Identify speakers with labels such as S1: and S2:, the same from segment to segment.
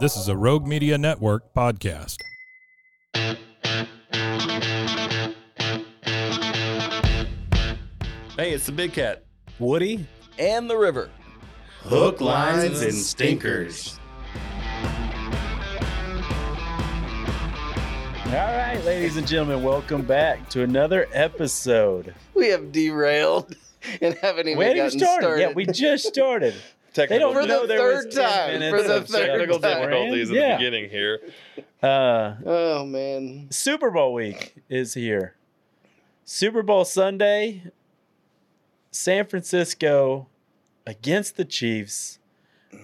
S1: This is a Rogue Media Network podcast.
S2: Hey, it's the big cat.
S3: Woody?
S2: And the river.
S4: Hook, lines, and stinkers.
S3: All right, ladies and gentlemen, welcome back to another episode.
S5: We have derailed and haven't even
S3: We hadn't
S5: gotten
S3: even started.
S5: started.
S3: Yeah, we just started. they don't
S5: For the
S3: know there was
S5: third
S3: 10
S5: time,
S3: minutes
S5: for the
S3: of
S5: third
S2: Technical
S3: technical
S5: time.
S2: difficulties at
S3: Yeah.
S2: the beginning here.
S3: Uh,
S5: Oh man.
S3: Super Bowl week is here. Super Bowl Sunday, San Francisco against the Chiefs,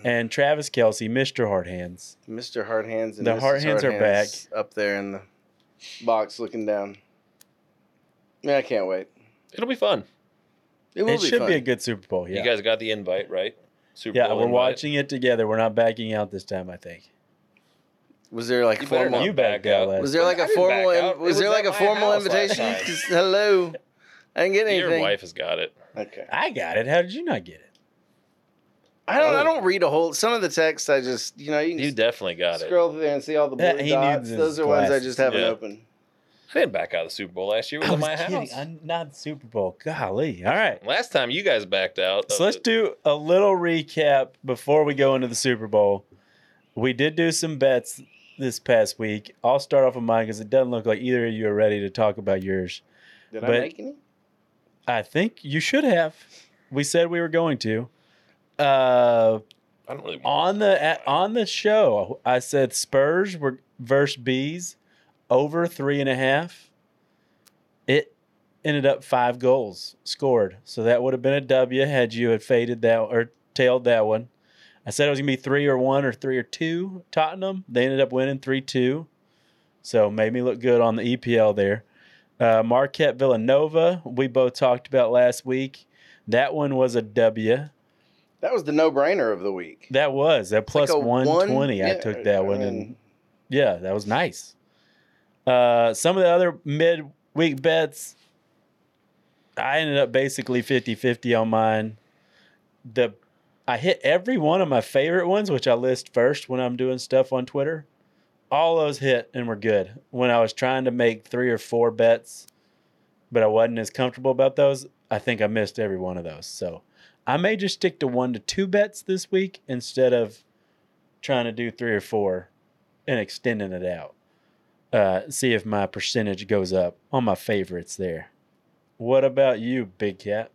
S3: and Travis Kelsey, Mr. Hard Hands.
S5: Mr. Hard Hands and
S3: The
S5: Mrs.
S3: Hard Hands are
S5: Hands up there in the box looking down. Man, I can't wait.
S2: It'll be fun.
S5: It will
S3: It
S5: be
S3: should
S5: fun.
S3: be a good Super Bowl. Yeah,
S2: You guys got the invite, right? Super
S3: yeah,
S2: Bowl
S3: we're
S2: invite.
S3: watching it together. We're not backing out this time. I think.
S5: Was there like
S2: You better
S5: formal?
S2: not
S3: You backed
S2: back
S3: out
S2: out.
S3: last
S5: Was there like
S2: I
S5: a
S2: didn't back
S5: formal?
S2: out.
S5: In,
S2: It
S5: was,
S2: was
S5: there
S2: at
S5: like a
S2: my
S5: formal
S2: house last
S5: invitation?
S2: night.
S5: 'Cause Hello. I didn't get anything.
S2: Your wife has got it.
S5: Okay.
S3: I got it. How did you not get it?
S5: I don't.
S2: Oh.
S5: I don't read a whole. Some of the text I just you know you
S2: You
S5: can
S2: definitely got it.
S5: scroll through there and see all the
S3: Yeah,
S5: blue
S3: he
S5: dots.
S3: needs
S5: Those
S3: his
S5: are ones I
S3: glasses.
S5: just haven't
S2: Yeah.
S5: opened.
S2: I didn't back out of the Super Bowl last year. It was
S3: I
S2: at
S3: was
S2: my
S3: kidding.
S2: house.
S3: I'm not Super Bowl. Golly. All right.
S2: Last time you guys backed out. uh,
S3: So let's do a little recap before we go into the Super Bowl. We did do some bets this past week. I'll start off with mine because it doesn't look like either of you are ready to talk about yours.
S5: Did I
S3: But-
S5: make any?
S3: I think you should have. We said we were going to. Uh,
S2: I don't really want
S3: on the at, on the show, I said Spurs were versus bees over three and a half. It ended up five goals scored, so that would have been a W had you had faded that or tailed that one. I said it was gonna be three or one or three or two. Tottenham they ended up winning three two, so made me look good on the EPL there. Uh, Marquette Villanova we both talked about last week. That one was a W.
S5: That was the no-brainer of the week.
S3: That was that plus
S5: Like a one-
S3: one twenty. I
S5: yeah,
S3: took that
S5: I
S3: one, and
S5: mean,
S3: yeah, that was nice. Uh, some of the other midweek bets, I ended up basically 50-50 on mine. The I hit every one of my favorite ones, which I list first when I'm doing stuff on Twitter. All those hit and were good. When I was trying to make three or four bets, but I wasn't as comfortable about those, I think I missed every one of those. So I may just stick to one to two bets this week instead of trying to do three or four and extending it out. Uh, see if my percentage goes up on my favorites there. What about you, Big Cat?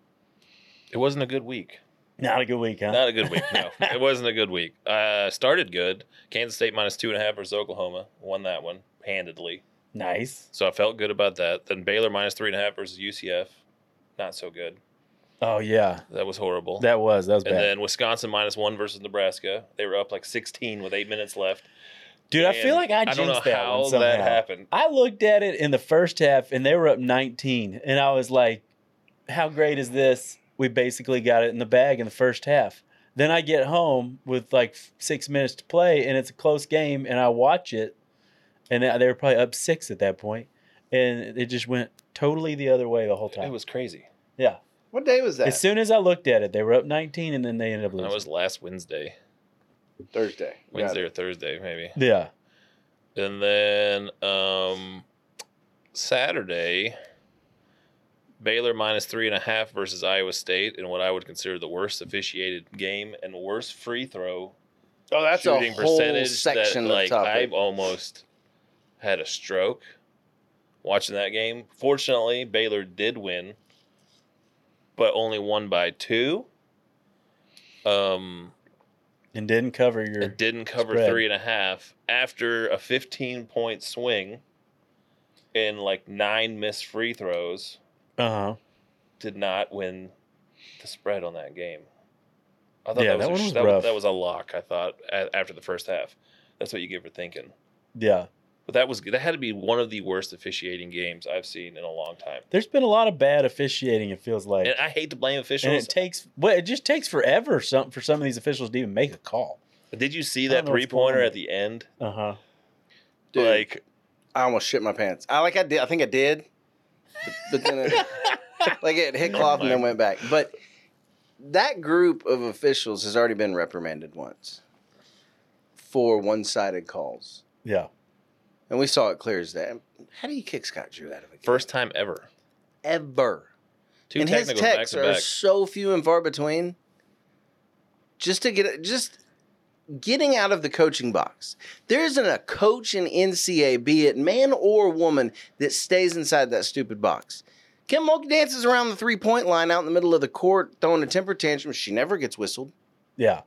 S2: it wasn't a good week.
S3: Not a good week, huh?
S2: Not a good week. No, it wasn't a good week. Uh, started good. Kansas State minus two and a half versus Oklahoma. Won that one handedly.
S3: nice.
S2: So I felt good about that. Then Baylor minus three and a half versus UCF. Not so good.
S3: Oh yeah,
S2: That was horrible.
S3: that was that was
S2: and
S3: bad,
S2: then Wisconsin minus one versus Nebraska. They were up like 16 with eight minutes left.
S3: dude. I
S2: And
S3: feel like I
S2: I
S3: jinxed
S2: don't know
S3: that
S2: how
S3: one somehow.
S2: that happened.
S3: I looked at it in the first half, and they were up 19, and I was like, "How great is this? We basically got it in the bag in the first half." Then I get home with like six minutes to play, and it's a close game, and I watch it, and they were probably up six at that point, and it just went totally the other way the whole time.
S2: It was crazy.
S3: yeah.
S5: What day was that?
S3: As soon as I looked at it, they were up 19, and then they ended up
S2: That
S3: losing.
S2: was last Wednesday,
S5: Thursday. Got
S2: Wednesday
S5: it.
S2: or Thursday maybe.
S3: yeah.
S2: And then um, Saturday, Baylor minus three and a half versus Iowa State in what I would consider the worst officiated game and worst free throw
S5: Oh, that's
S2: shooting
S5: a whole
S2: percentage
S5: section
S2: that, like,
S5: of
S2: I
S5: topic.
S2: almost had a stroke watching that game. Fortunately, Baylor did win, but only won by two. Um,
S3: And didn't cover your.
S2: it didn't cover
S3: spread.
S2: three and a half after a 15 point swing and like nine missed free throws.
S3: Uh huh.
S2: Did not win the spread on that game. I thought
S3: Yeah,
S2: that was, a,
S3: that one
S2: sh-
S3: was
S2: that,
S3: rough.
S2: that was a lock. I thought a- after the first half, that's what you give for thinking.
S3: Yeah.
S2: But that was that had to be one of the worst officiating games I've seen in a long time.
S3: There's been a lot of bad officiating. It feels like.
S2: And I hate to blame
S3: and
S2: officials.
S3: it takes well, it just takes forever some for some of these officials to even make a call.
S2: Did you see
S3: I don't
S2: that
S3: know what's
S2: three pointer
S3: going on.
S2: at the end?
S3: Uh huh.
S5: Dude,
S2: Like
S5: I almost shit my pants. I like I did. I think I did, but, but then it, like it hit cloth and then went back. But that group of officials has already been reprimanded once four one-sided calls,
S3: Yeah.
S5: and we saw it clear as that. How do you kick Scott Drew out of a game?
S2: First time ever.
S5: ever.
S2: Two
S5: and his
S2: technicals back
S5: texts
S2: to
S5: are
S2: back.
S5: so few and far between. Just to get just getting out of the coaching box. There isn't a coach in NCA, be it man or woman, that stays inside that stupid box. Kim Mulkey dances around the three point line out in the middle of the court, throwing a temper tantrum. She never gets whistled.
S3: Yeah.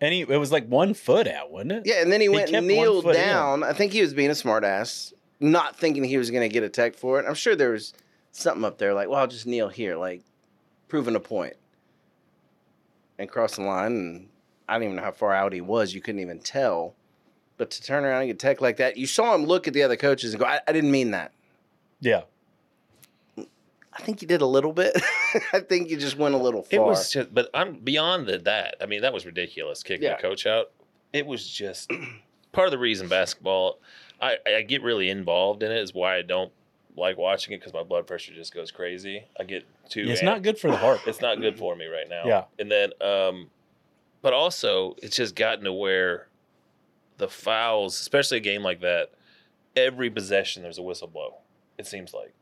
S3: And he, it was like one foot out, wasn't it?
S5: Yeah, and then he,
S3: He
S5: went
S3: kept
S5: and
S3: one
S5: kneeled
S3: foot in.
S5: down. I think he was being a smartass, not thinking he was going to get a tech for it. I'm sure there was something up there like, well, I'll just kneel here, like proving a point. And cross the line, and I don't even know how far out he was. You couldn't even tell. But to turn around and get tech like that, you saw him look at the other coaches and go, I, I didn't mean that.
S3: Yeah.
S5: I think you did a little bit. I think you just went a little
S2: It
S5: far.
S2: was just, but I'm beyond the, that. I mean, that was ridiculous kicking
S5: Yeah.
S2: the coach out. It was just part of the reason basketball. I, I get really involved in it is why I don't like watching it because my blood pressure just goes crazy. I get too.
S3: It's
S2: amped.
S3: not good for the heart.
S2: It's not good for me right now.
S3: Mm-hmm. Yeah.
S2: And then, um, but also it's just gotten to where the fouls, especially a game like that, every possession there's a whistle blow. It seems like,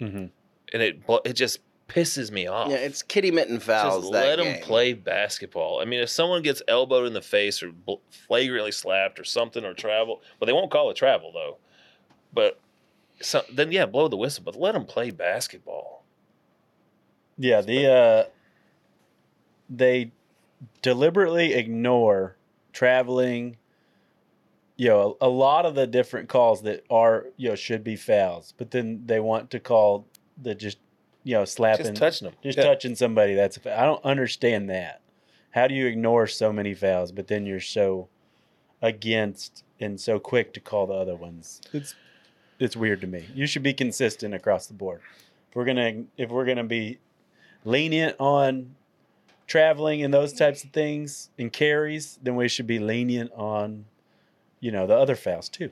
S3: Mhm.
S2: and it bl- it just pisses me off.
S5: yeah, it's kitty mitten fouls.
S2: Just
S5: that
S2: let them
S5: game.
S2: play basketball. I mean, if someone gets elbowed in the face or bl- flagrantly slapped or something or travel, well, they won't call it travel though. But so, then, yeah, blow the whistle. But let them play basketball.
S3: Yeah. The, uh, they deliberately ignore traveling, you know, a, a lot of the different calls that are, you know, should be fouls, but then they want to call the just, you know, slapping,
S2: Just touching them.
S3: just touching somebody. That's, a foul. I don't understand that. How do you ignore so many fouls, but then you're so against and so quick to call the other ones? It's, it's weird to me. You should be consistent across the board. If we're gonna, if we're gonna be lenient on traveling and those types of things and carries, then we should be lenient on, you know, the other fouls too.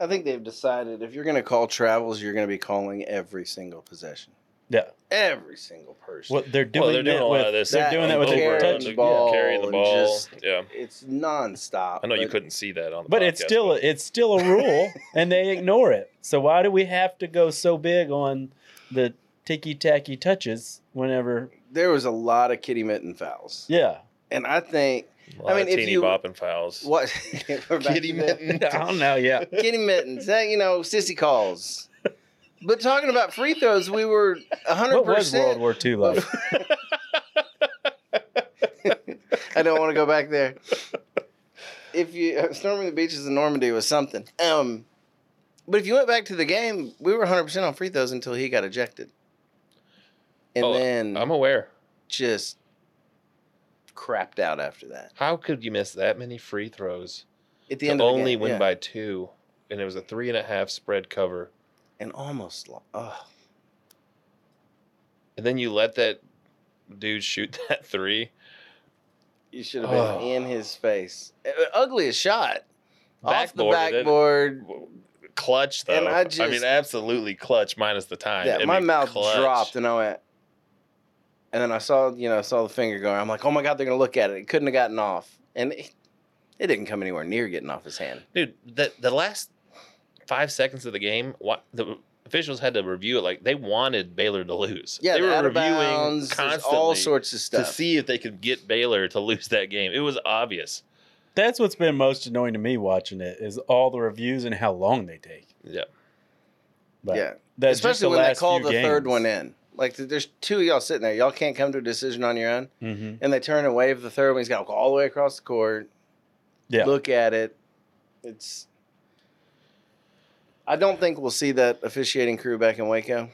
S5: I think they've decided if you're going to call travels, you're going to be calling every single possession.
S3: Yeah.
S5: Every single person.
S3: What they're doing,
S2: well, they're doing a
S3: that
S2: lot
S3: with-
S2: of this.
S3: They're doing that with
S5: That
S3: a
S5: and
S3: touch
S5: carrying the
S2: ball,
S5: ball
S2: carrying the
S5: and
S2: ball.
S5: just-
S2: yeah,
S5: It's nonstop.
S2: I know you
S5: but
S2: couldn't see that on. The
S3: But it's
S2: podcast,
S3: still a, it's still a rule, and they ignore it. So why do we have to go so big on the ticky tacky touches whenever?
S5: There was a lot of kitty mitten fouls.
S3: Yeah,
S5: And I think
S2: A lot
S5: I mean,
S2: of
S5: if
S2: teeny
S5: you-
S2: bopping fouls.
S5: what we're back to that.
S3: I don't know. Yeah,
S5: kitty mittens, that, you know, sissy calls. But talking about free throws, we were 100%.
S3: what was World War II like?
S5: I don't want to go back there. If you uh, storming the beaches in Normandy was something. Um, but if you went back to the game, we were 100 percent on free throws until he got ejected, and
S2: Oh,
S5: then
S2: I'm aware.
S5: just crapped out after that.
S2: How could you miss that many free throws
S5: At the
S2: to
S5: end, of the
S2: only
S5: game,
S2: win
S5: yeah.
S2: by two, and it was a three and a half spread cover,
S5: and almost. Lo- oh,
S2: and then you let that dude shoot that three.
S5: you should have been
S2: Oh.
S5: in his face. Uh, Ugliest shot off the
S2: Backboard, it-
S5: backboard.
S2: clutch though.
S5: And I
S2: I, mean,
S5: just-
S2: absolutely clutch minus the time.
S5: Yeah,
S2: I
S5: my
S2: mean,
S5: mouth
S2: clutch.
S5: dropped, and I went. And then I saw, you know, I saw the finger going. I'm like, oh my god, they're gonna look at it. It couldn't have gotten off, and it, it didn't come anywhere near getting off his hand.
S2: dude. The the last five seconds of the game, what the officials had to review it. Like they wanted Baylor to lose.
S5: Yeah,
S2: they were
S5: out of
S2: reviewing
S5: bounds, there's
S2: constantly
S5: all sorts of
S2: to
S5: stuff.
S2: see if they could get Baylor to lose that game. It was obvious.
S3: That's what's been most annoying to me watching it is all the reviews and how long they take.
S2: Yeah,
S3: But
S5: yeah,
S3: that's just
S5: especially
S3: the
S5: when they
S3: last
S5: call
S3: few
S5: the third
S3: games.
S5: one in. Like, th- there's two of y'all sitting there. Y'all can't come to a decision on your own,
S3: Mhm.
S5: and they turn and wave the third one. He's got to go all the way across the court,
S3: Yeah,
S5: look at it. It's. I don't think we'll see that officiating crew back in Waco.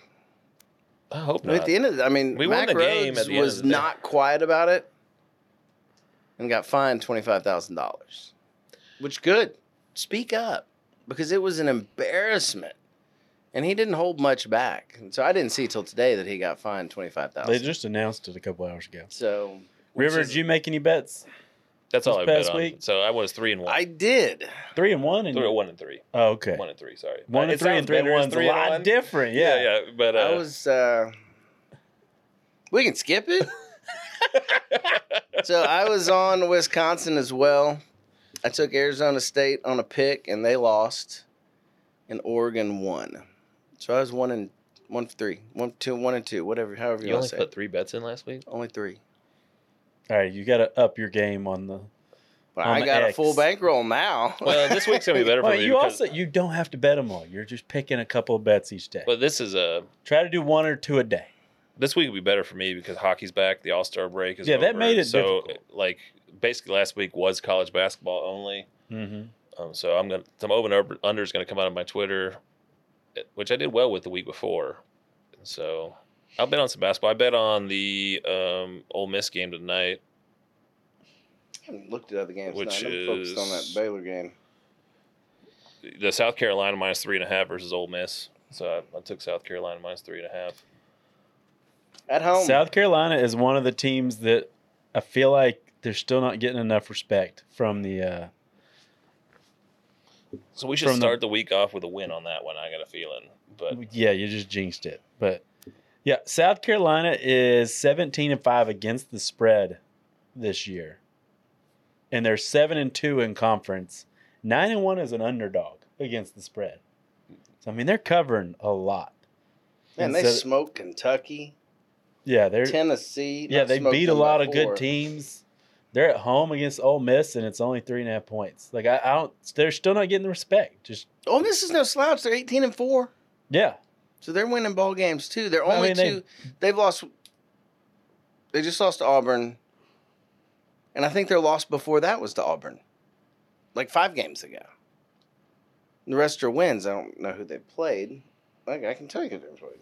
S2: I hope
S5: But
S2: not.
S5: at the end of the, I mean,
S2: We won
S5: Mac
S2: the game
S5: Rhodes
S2: at the end
S5: was
S2: of the day.
S5: not quiet about it and got fined twenty five thousand dollars, which good. Speak up because it was an embarrassment, and he didn't hold much back. And so I didn't see till today that he got fined twenty five
S3: they
S5: thousand.
S3: just announced it a couple hours ago.
S5: So which
S3: River,
S5: is-
S3: did you make any bets?
S2: That's all
S3: this
S2: I bet
S3: past
S2: on.
S3: week-
S2: So I was three and one.
S5: I did.
S3: Three and one, and
S2: three, one and three.
S3: oh, okay,
S2: One and three. Sorry.
S3: one
S2: It
S3: and three
S2: sounds
S3: and three and
S2: better as
S3: one's a lot
S2: one.
S3: different.
S2: Yeah,
S3: yeah.
S2: yeah. But uh,
S5: I was. Uh, we can skip it. so I was on Wisconsin as well. I took Arizona State on a pick and they lost, and Oregon won. So I was one and one for three, one two, one and two, whatever, however you,
S2: You
S5: want
S2: only
S5: to say.
S2: put three bets in last week.
S5: only three.
S3: All right, you got to up your game on the.
S5: But
S3: On
S5: I
S3: the
S5: got a
S3: X.
S5: full bankroll now.
S2: Well, this week's gonna be better for
S3: Well,
S2: me.
S3: you
S2: because-
S3: also you don't have to bet them all. You're just picking a couple of bets each day.
S2: but this is a
S3: Try to do one or two a day.
S2: this week will be better for me because hockey's back. The All Star break is
S3: Yeah, that
S2: over.
S3: made it
S2: so
S3: difficult.
S2: like basically last week was college basketball only.
S3: Mm-hmm.
S2: Um, so I'm gonna some over and under is gonna come out of my Twitter, eh, which I did well with the week before. So I'll bet on some basketball. I bet on the um, Ole Miss game tonight.
S5: I haven't looked at other games.
S2: Which
S5: tonight. I'm focused on that
S2: is-
S5: Baylor game.
S2: The South Carolina minus three and a half versus Ole Miss. So I, I took South Carolina minus three and a half.
S5: At home,
S3: South Carolina is one of the teams that I feel like they're still not getting enough respect from the. Uh,
S2: So we should
S3: From the-
S2: start the, week off with a win on that one. I got a feeling, but
S3: yeah, you just jinxed it. But yeah, South Carolina is 17 and 5 against the spread this year. And they're 7 and 2 in conference. 9 and 1 is an underdog against the spread. So I mean, they're covering a lot.
S5: man, they
S3: instead-
S5: smoked Kentucky,
S3: Yeah, they're
S5: Tennessee.
S3: yeah,
S5: not
S3: they
S5: smoked
S3: beat a
S5: them by
S3: lot of good
S5: four.
S3: teams. They're at home against Ole Miss, and it's only three and a half points. Like I, I don't, they're still not getting the respect. Just
S5: Ole Miss Oh, is no slouch. They're 18 and four,
S3: yeah,
S5: so they're winning ball games too. They're
S3: I
S5: only
S3: mean, they-
S5: two. They, have lost. They just lost to Auburn, and I think their loss before that was to Auburn, like five games ago. The rest are wins. I don't know who they played. Like I can tell you who they played.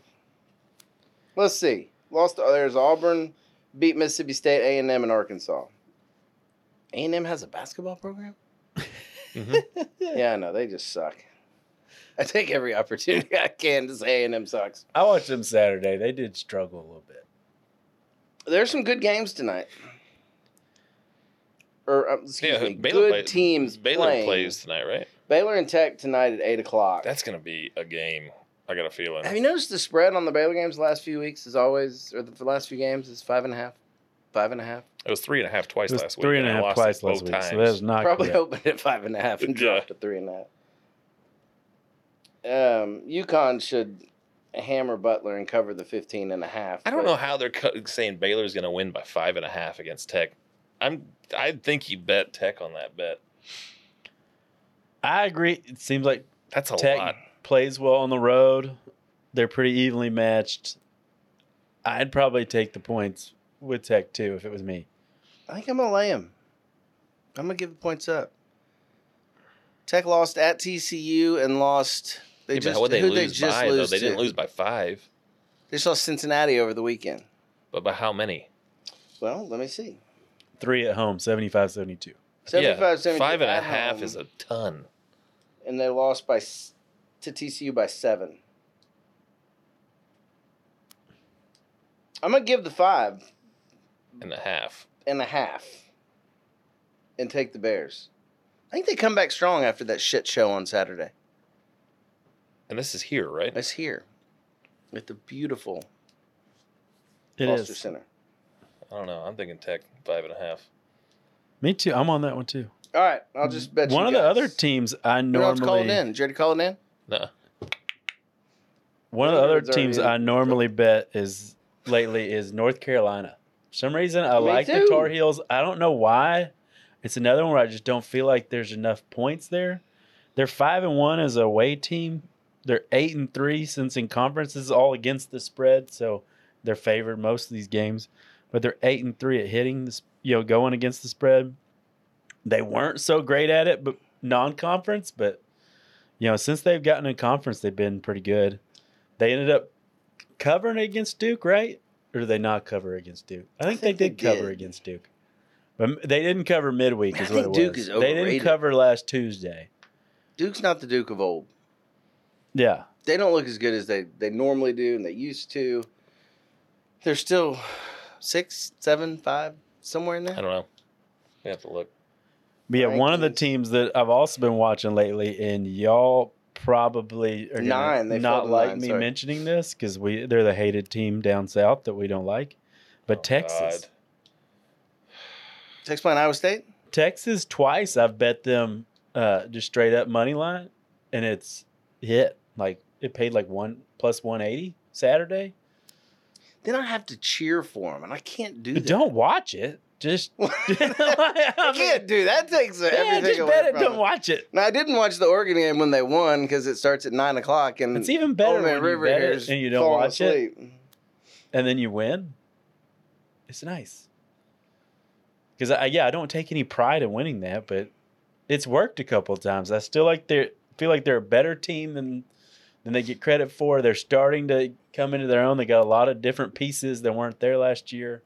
S5: Let's see. Lost to there's Auburn, beat Mississippi State, A and M, and Arkansas. A and M has a basketball program. Yeah, I know they just suck. I take every opportunity I can to say A and M sucks.
S3: I watched them Saturday. They did struggle a little bit.
S5: There's some good games tonight. Or uh, excuse
S2: Yeah,
S5: me,
S2: Baylor
S5: good
S2: plays-
S5: teams.
S2: Baylor
S5: playing.
S2: plays tonight, right?
S5: Baylor and Tech tonight at eight o'clock.
S2: That's gonna be a game. I got a feeling.
S5: Have you noticed the spread on the Baylor games the last few weeks is always, or the, the last few games is five and a half, five and a half.
S2: It was three and a half twice
S3: It was
S2: last week.
S3: three and a
S2: I
S3: half
S2: lost
S3: twice
S2: it
S3: last
S2: both
S3: week, so that is not
S5: Probably
S3: correct.
S5: opened at five and a half and
S2: Yeah.
S5: dropped to three and a half. Um, UConn should hammer Butler and cover the 15 and a half.
S2: I don't
S5: but-
S2: know how they're co- saying Baylor's going to win by five and a half against Tech. I'm. I think you bet Tech on that bet.
S3: I agree. It seems like
S2: That's a
S3: Tech
S2: lot.
S3: plays well on the road. They're pretty evenly matched. I'd probably take the points with Tech too if it was me.
S5: I think I'm gonna lay him. I'm gonna give the points up. Tech lost at TCU and lost. They
S2: Yeah, but
S5: just
S2: what'd
S5: who they just
S2: by,
S5: lose
S2: They didn't
S5: to?
S2: lose by five,
S5: They just lost Cincinnati over the weekend.
S2: but by how many?
S5: Well, let me see.
S3: Three at home, 75 72.
S2: yeah,
S5: 75, 72
S2: five and a
S5: at
S2: half
S5: home,
S2: is a ton.
S5: and they lost by s- to TCU by seven. I'm gonna give the five
S2: And a half.
S5: and a half, and take the Bears. I think they come back strong after that shit show on Saturday.
S2: And this is here, right?
S5: It's here, at the beautiful
S3: It is.
S5: Foster Center.
S2: I don't know. I'm thinking Tech five and a half.
S3: Me too. I'm on that one too.
S5: All right, I'll just bet
S3: one
S5: you
S3: of the
S5: guys.
S3: other teams I
S5: Who else calling
S3: normally
S5: in? Jared calling in.
S2: No,
S3: one of the other
S5: It's already
S3: teams
S5: in.
S3: I normally bet is lately is North Carolina. For some reason I
S5: Me
S3: like the
S5: too.
S3: Tar Heels. I don't know why. It's another one where I just don't feel like there's enough points there. They're five and one as a away team. They're eight and three since in conferences all against the spread, so they're favored most of these games. But they're eight and three at hitting this, you know, going against the spread. They weren't so great at it, but non-conference. But you know, since they've gotten in conference, they've been pretty good. They ended up covering against Duke, right? Or did they not cover against Duke? I think,
S5: think
S3: they
S5: they
S3: did cover
S5: did.
S3: against Duke, but m- they didn't cover midweek.
S5: Man,
S3: is
S5: I
S3: what
S5: think
S3: it
S5: Duke
S3: was.
S5: is
S3: They didn't
S5: overrated.
S3: cover last Tuesday.
S5: Duke's not the Duke of old.
S3: Yeah,
S5: They don't look as good as they they normally do, and they used to. They're still six, seven, five, somewhere in
S2: I
S5: there.
S2: don't know. We have to look.
S3: but yeah, one of the
S5: Rankings.
S3: teams that I've also been watching lately, and y'all probably are gonna
S5: Nine, they fell
S3: not
S5: to
S3: like
S5: nine,
S3: me
S5: sorry.
S3: mentioning this because we they're the hated team down south that we don't like. But
S2: Oh,
S3: Texas,
S2: God.
S5: Texas playing Iowa State.
S3: Texas twice. I've bet them uh, just straight up money line, and it's hit. Like it paid like one plus one eighty Saturday.
S5: Then I have to cheer for him, and I can't do
S3: But
S5: that.
S3: don't watch it. Just
S5: I can't do that. Takes
S3: Yeah,
S5: everything
S3: just
S5: away
S3: bet it.
S5: from
S3: Don't
S5: it.
S3: watch it.
S5: Now I didn't watch the Oregon game when they won because it starts at nine o'clock and
S3: It's even
S5: Old
S3: better
S5: Oh, Man
S3: when
S5: River
S3: you bet
S5: here
S3: it
S5: is
S3: and you don't
S5: falling
S3: watch it,
S5: asleep.
S3: and then you win. It's nice. Because I yeah, I don't take any pride in winning that, but it's worked a couple of times. I still like they feel like they're a better team than than they get credit for. They're starting to come into their own. They got a lot of different pieces that weren't there last year,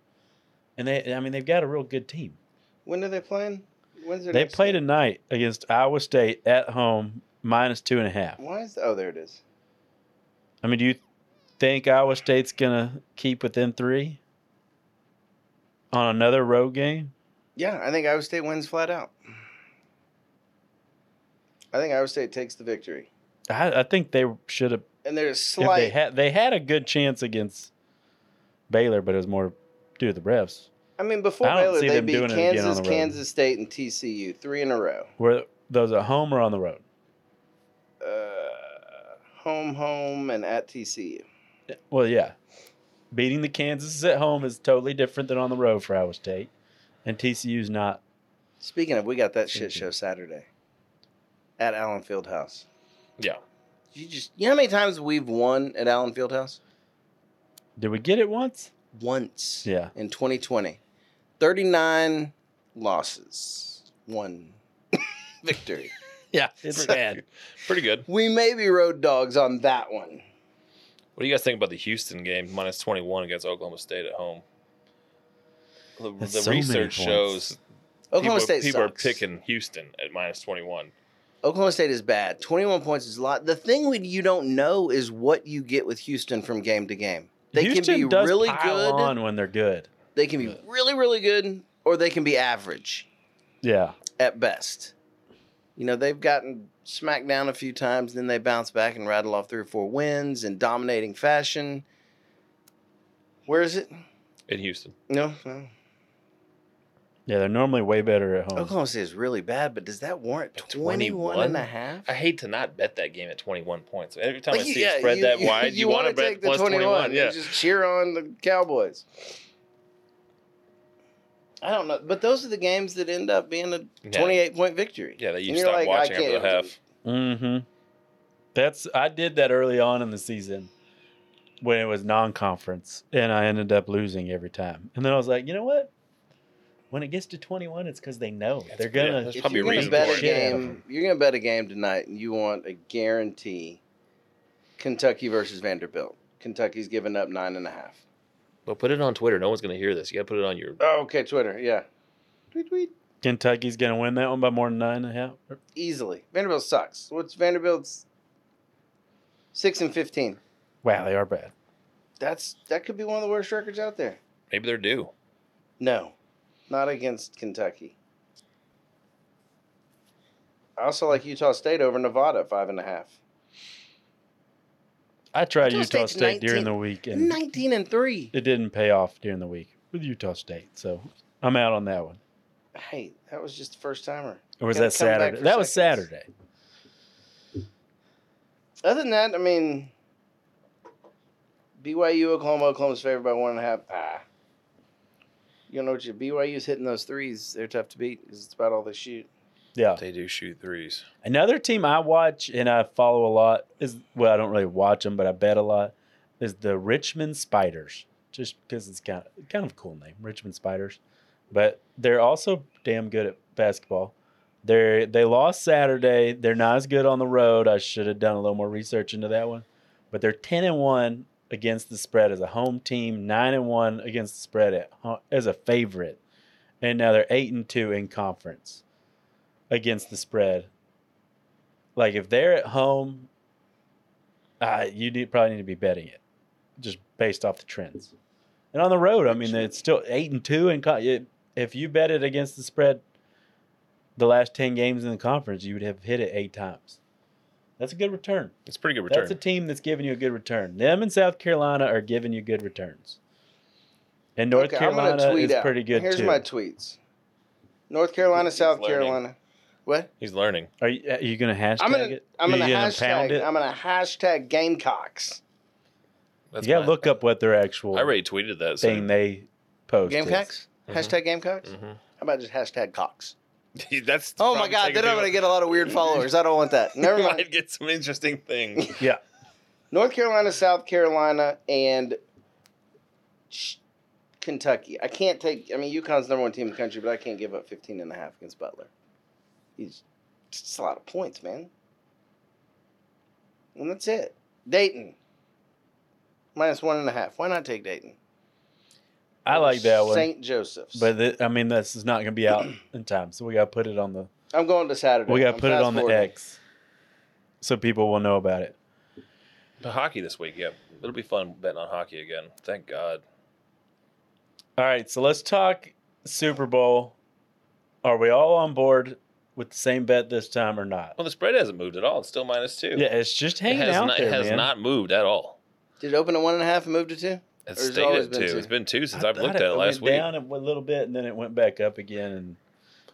S3: and they I mean they've got a real good team.
S5: When are they playing? When's their
S3: They
S5: next
S3: play
S5: game?
S3: tonight against Iowa State at home, minus two and a half.
S5: Why is oh there it is.
S3: I mean, do you think Iowa State's gonna keep within three on another road game?
S5: Yeah, I think Iowa State wins flat out. I think Iowa State takes the victory,
S3: I, I think they should have.
S5: and there's a
S3: If they
S5: slight.
S3: had, they had a good chance against Baylor, but it was more due to the refs.
S5: I mean, before
S3: I don't
S5: Baylor,
S3: see
S5: they
S3: them
S5: beat
S3: doing it again on
S5: Kansas,
S3: the road.
S5: Kansas State, and TCU three in a row.
S3: Were those at home or on the road?
S5: Uh, home, home, and at TCU.
S3: Well, yeah, beating the Kansas at home is totally different than on the road for Iowa State, and TCU's not.
S5: Speaking of, we got that shit
S3: Mhm.
S5: show Saturday at Allen Fieldhouse.
S2: Yeah.
S5: You just you know how many times we've won at Allen Fieldhouse?
S3: Did we get it once?
S5: Once.
S3: Yeah.
S5: In 2020, 39 losses, one victory.
S3: Yeah, it's bad.
S2: Pretty good.
S5: We may be road dogs on that one.
S2: What do you guys think about the Houston game minus 21 against Oklahoma State at home? The,
S3: That's
S2: the
S3: so many
S2: research
S3: points.
S2: shows people,
S5: Oklahoma State
S2: people are
S5: sucks.
S2: picking Houston at minus 21.
S5: Oklahoma State is bad. 21 points is a lot. The thing we, you don't know is what you get with Houston from game to game. They
S3: Houston
S5: can be
S3: does
S5: really
S3: pile
S5: good.
S3: on when they're good.
S5: They can be really, really good, or they can be average
S3: Yeah.
S5: at best. You know, they've gotten smacked down a few times, then they bounce back and rattle off three or four wins in dominating fashion. Where is it?
S2: In Houston.
S5: No, no.
S3: Yeah, they're normally way better at home.
S5: Oklahoma State is really bad, but does that warrant 21 and a
S2: 21?
S5: half?
S2: I hate to not bet that game at 21 points. Every time I
S5: Like,
S2: see
S5: yeah,
S2: it spread that wide, you, want to
S5: wanna
S2: bet plus 21. Yeah.
S5: You just cheer on the Cowboys. I don't know, but those are the games that end up being a
S2: Yeah.
S5: 28 point victory.
S2: yeah, that you
S5: And you're
S2: stop
S5: like, I
S2: watching after the
S5: can't-
S2: half.
S3: Mm-hmm. That's I did that early on in the season when it was non-conference, and I ended up losing every time. And then I was like, you know what? When it gets to twenty-one, it's because they know
S2: That's-
S3: they're
S2: yeah,
S3: gonna.
S2: that's
S5: If
S2: probably
S5: you're
S2: a
S5: gonna
S2: reason
S5: bet
S2: for
S5: a
S2: it.
S3: Yeah.
S5: game, you're gonna bet a game tonight, and you want a guarantee. Kentucky versus Vanderbilt. Kentucky's giving up nine and a half.
S2: Well, put it on Twitter. No one's going to hear this. You got to put it on your.
S5: Oh, okay, Twitter, yeah, tweet tweet
S3: Kentucky's gonna win that one by more than nine and a half.
S5: easily. Vanderbilt sucks. What's Vanderbilt's six and fifteen?
S3: Wow, they are bad.
S5: That's that could be one of the worst records out there.
S2: Maybe they're due.
S5: No, not against Kentucky. I also like Utah State over Nevada at five and a half.
S3: I tried
S5: Utah
S3: Utah,
S5: State's
S3: State
S5: 19
S3: during the week, and
S5: Nineteen and three.
S3: it didn't pay off during the week with Utah State. So I'm out on that one.
S5: Hey, that was just the first timer.
S3: Or was
S5: Gotta
S3: that
S5: come back
S3: Saturday?
S5: for
S3: That was
S5: seconds.
S3: Saturday.
S5: Other than that, I mean, BYU, Oklahoma, Oklahoma's favored by one and a half. Ah, you don't know what your BYU's hitting those threes. They're tough to beat because it's about all they shoot.
S3: Yeah.
S2: They do shoot threes.
S3: Another team I watch and I follow a lot is well, I don't really watch them, but I bet a lot is the Richmond Spiders, just because it's kind of kind of a cool name, Richmond Spiders. But they're also damn good at basketball. They they lost Saturday. They're not as good on the road. I should have done a little more research into that one. But they're ten and one against the spread as a home team, nine and one against the spread at, ho- as a favorite, and now they're eight and two in conference against the spread like if they're at home, uh, you need, probably need to be betting it, just based off the trends. And on the road, I mean, it's still eight and two, and if you bet it against the spread, the last ten games in the conference, you would have hit it eight times. That's a good return.
S2: It's a pretty good return.
S3: That's a team that's giving you a good return. Them and South Carolina are giving you good returns, and North
S5: Okay, I'm gonna
S3: Carolina
S5: tweet
S3: is
S5: out.
S3: pretty good
S5: Here's
S3: too.
S5: my tweets. North Carolina,
S2: He's
S5: South
S2: learning.
S5: Carolina. What?
S2: He's learning.
S3: Are you, are you gonna hashtag
S5: I'm gonna
S3: it?
S5: I'm
S3: you
S5: gonna
S3: pound
S5: hashtag
S3: it?
S5: I'm gonna hashtag Gamecocks.
S2: That's
S3: you gotta
S2: fine.
S3: look up what their actual
S2: I already tweeted that. So.
S3: thing they post. is.
S5: Gamecocks?
S2: Mhm.
S3: Mm-hmm.
S5: Hashtag Gamecocks? How
S2: Mhm.
S5: about just hashtag Cox?
S2: That's
S5: Oh my God, then I'm going to get a lot of weird followers. I don't want that. Never
S2: Never
S5: mind.
S2: might get some interesting things.
S3: Yeah.
S5: North Carolina, South Carolina, and sh- Kentucky. I can't take, I mean, UConn's number one team in the country, but I can't give up 15 and a half against Butler. He's, it's a lot of points, man. And that's it. Dayton. Minus one and a half. Why not take Dayton?
S3: I like that one.
S5: St. Joseph's.
S3: But th- I mean, this is not gonna be out in time, so we gotta put it on the
S5: I'm going to Saturday.
S3: we gotta
S5: I'm
S3: put it
S5: fast
S3: on the
S5: forwarding.
S3: X, so people will know about it.
S2: The hockey this week, yeah. It'll be fun betting on hockey again. Thank God.
S3: All right, so let's talk Super Bowl. Are we all on board with the same bet this time or not?
S2: Well, the spread hasn't moved at all. It's still minus two.
S3: Yeah, it's just
S2: it
S3: hanging
S2: has,
S3: out
S2: not,
S3: there,
S2: it has
S3: man.
S2: not moved at all.
S5: Did it open at one and a half and move to two?
S2: It's
S5: Or has it
S2: stayed
S5: always
S2: at
S5: been
S2: two.
S5: two?
S2: It's been two since
S3: I
S2: I,
S3: thought
S2: looked at it last
S3: went
S2: week.
S3: Down a little bit, and then it went back up again, and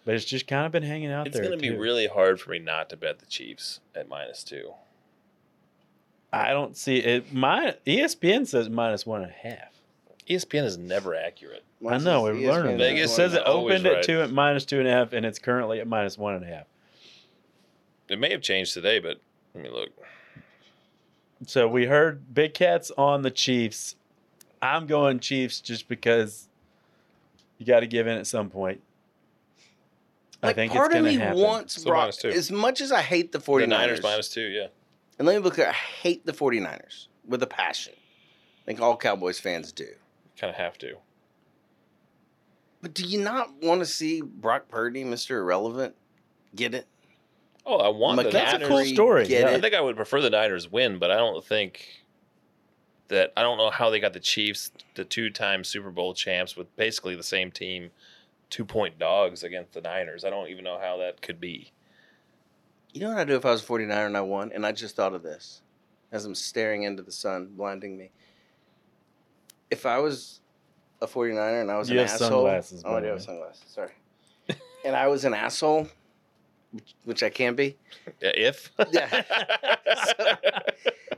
S3: but it's just kind of been hanging out
S2: It's
S3: there.
S2: going to be
S3: too.
S2: really hard for me not to bet the Chiefs at minus two.
S3: I don't see it. My E ESPN says minus one and a half.
S2: ESPN is never accurate.
S3: I know we're
S2: E
S5: E
S3: learning. that. It
S2: Vegas
S3: says
S2: is
S3: it
S2: always
S3: opened at
S2: right.
S3: two at minus two and a half, and it's currently at minus one and a half.
S2: It may have changed today, but let me look.
S3: So we heard Big Cat's on the Chiefs. I'm going Chiefs just because you got to give in at some point. I
S5: Like,
S3: think
S5: part
S3: it's
S5: of
S3: going
S5: me
S3: to happen.
S5: wants
S2: So
S5: Brock.
S2: minus two.
S5: As much as I hate the
S2: The
S5: 49ers,
S2: Niners minus two, yeah.
S5: and let me look clear, I hate the 49ers with a passion. I think all Cowboys fans do.
S2: Kind of have to.
S5: But do you not want to see Brock Purdy, Mr. Irrelevant, get it?
S2: Oh, I want the
S5: McCaffrey
S2: Niners.
S3: cool story,
S5: Get
S3: yeah.
S2: I
S5: it?
S2: think I would prefer the Niners win, but I don't think that I don't know how they got the Chiefs, the two-time Super Bowl champs, with basically the same team, two-point dogs against the Niners. I don't even know how that could be.
S5: You know what I'd do if I was a 49er and I won? And I just thought of this as I'm staring into the sun, blinding me. If I was a 49er and I was
S3: You
S5: an
S3: have
S5: asshole.
S3: sunglasses,
S5: oh,
S3: by
S5: I
S3: the
S5: do have
S3: way.
S5: sunglasses. Sorry. and I was an asshole, which, which I can be.
S2: Uh, If
S5: Yeah.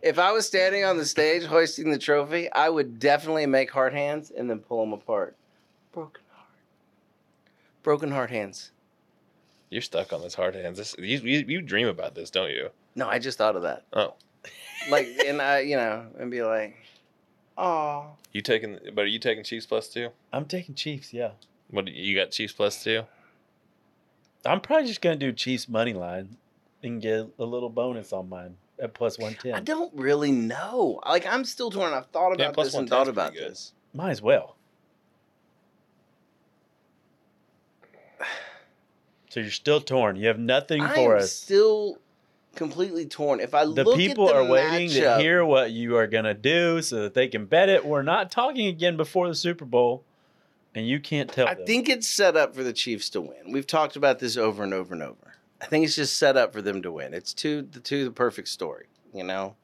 S5: If I was standing on the stage hoisting the trophy, I would definitely make heart hands and then pull them apart. Broken heart. Broken heart hands.
S2: you're stuck on this hard hands, this you, you you dream about this, don't you?
S5: No, I just thought of that.
S2: Oh,
S5: Like, and I, you know, and be like, oh.
S2: you taking? But are you taking Chiefs plus two?
S3: I'm taking Chiefs. Yeah,
S2: What you got? Chiefs plus two.
S3: I'm probably just going to do Chiefs money line and get a little bonus on mine at plus one
S5: I
S3: ten.
S5: don't really know. Like, I'm still torn. I've thought
S2: Yeah,
S5: about
S2: plus
S5: this and
S2: 110's
S5: thought
S2: pretty
S5: about
S2: good.
S5: this.
S3: Might as well. So you're still torn. You have nothing
S5: I
S3: for
S5: am
S3: us.
S5: still completely torn. If I
S3: the
S5: look
S3: people
S5: at the
S3: are waiting
S5: matchup-
S3: to hear what you are going to do so that they can bet it. We're not talking again before the Super Bowl, and you can't tell.
S5: I
S3: them.
S5: think it's set up for the Chiefs to win. We've talked about this over and over and over. I think it's just set up for them to win. It's two the two the perfect story, you know.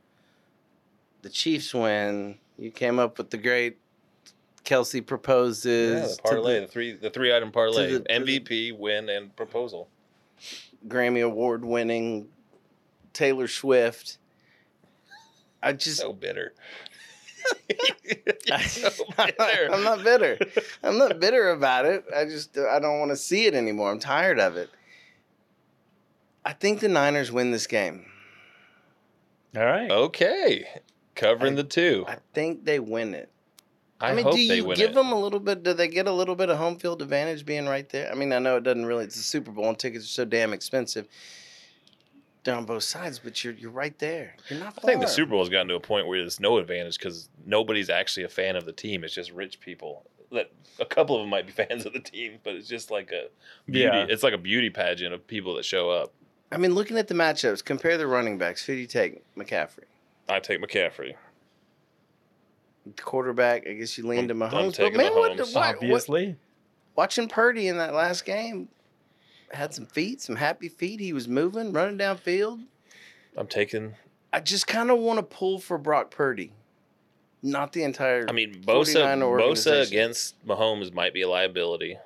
S5: The Chiefs win. You came up with the great Kelsey
S2: Yeah,
S5: proposes
S2: the parlay,
S5: to
S2: the three, the three-item parlay,
S5: to the- to the-
S2: MVP, win, and proposal.
S5: the Grammy Award winning Taylor Swift. I just
S2: So bitter. You're so bitter.
S5: I'm not bitter. I'm not bitter about it. I just I don't want to see it anymore. I'm tired of it. I think the Niners win this game.
S3: All
S2: Oh,
S3: right.
S2: Okay. Covering the two.
S5: I think they win it.
S2: I,
S5: mean,
S2: hope
S5: do you
S2: they win
S5: give
S2: it.
S5: them a little bit? Do they get a little bit of home field advantage being right there? I mean, I know it doesn't really. It's the Super Bowl and tickets are so damn expensive. They're on both sides, but you're you're right there. You're not.
S2: I think the
S5: far.
S2: Super Bowl has gotten to a point where there's no advantage because nobody's actually a fan of the team. It's just rich people. That a couple of them might be fans of the team, but it's just like a beauty.
S3: Yeah.
S2: It's like a beauty pageant of people that show up.
S5: I mean, looking at the matchups, compare the running backs. Who do you take? McCaffrey,
S2: I take McCaffrey.
S5: the quarterback. I guess you lean to
S2: I'm- I'm
S5: Mahomes. but
S2: taking
S5: man, what,
S2: Mahomes.
S5: what- what,
S3: Obviously,
S5: watching Purdy in that last game had some feet, some happy feet. He was moving, running downfield.
S2: I'm taking.
S5: I just kind of want to pull for Brock Purdy, not the entire.
S2: I mean,
S5: 49er
S2: Bosa. Bosa
S5: organization.
S2: against Mahomes might be a liability.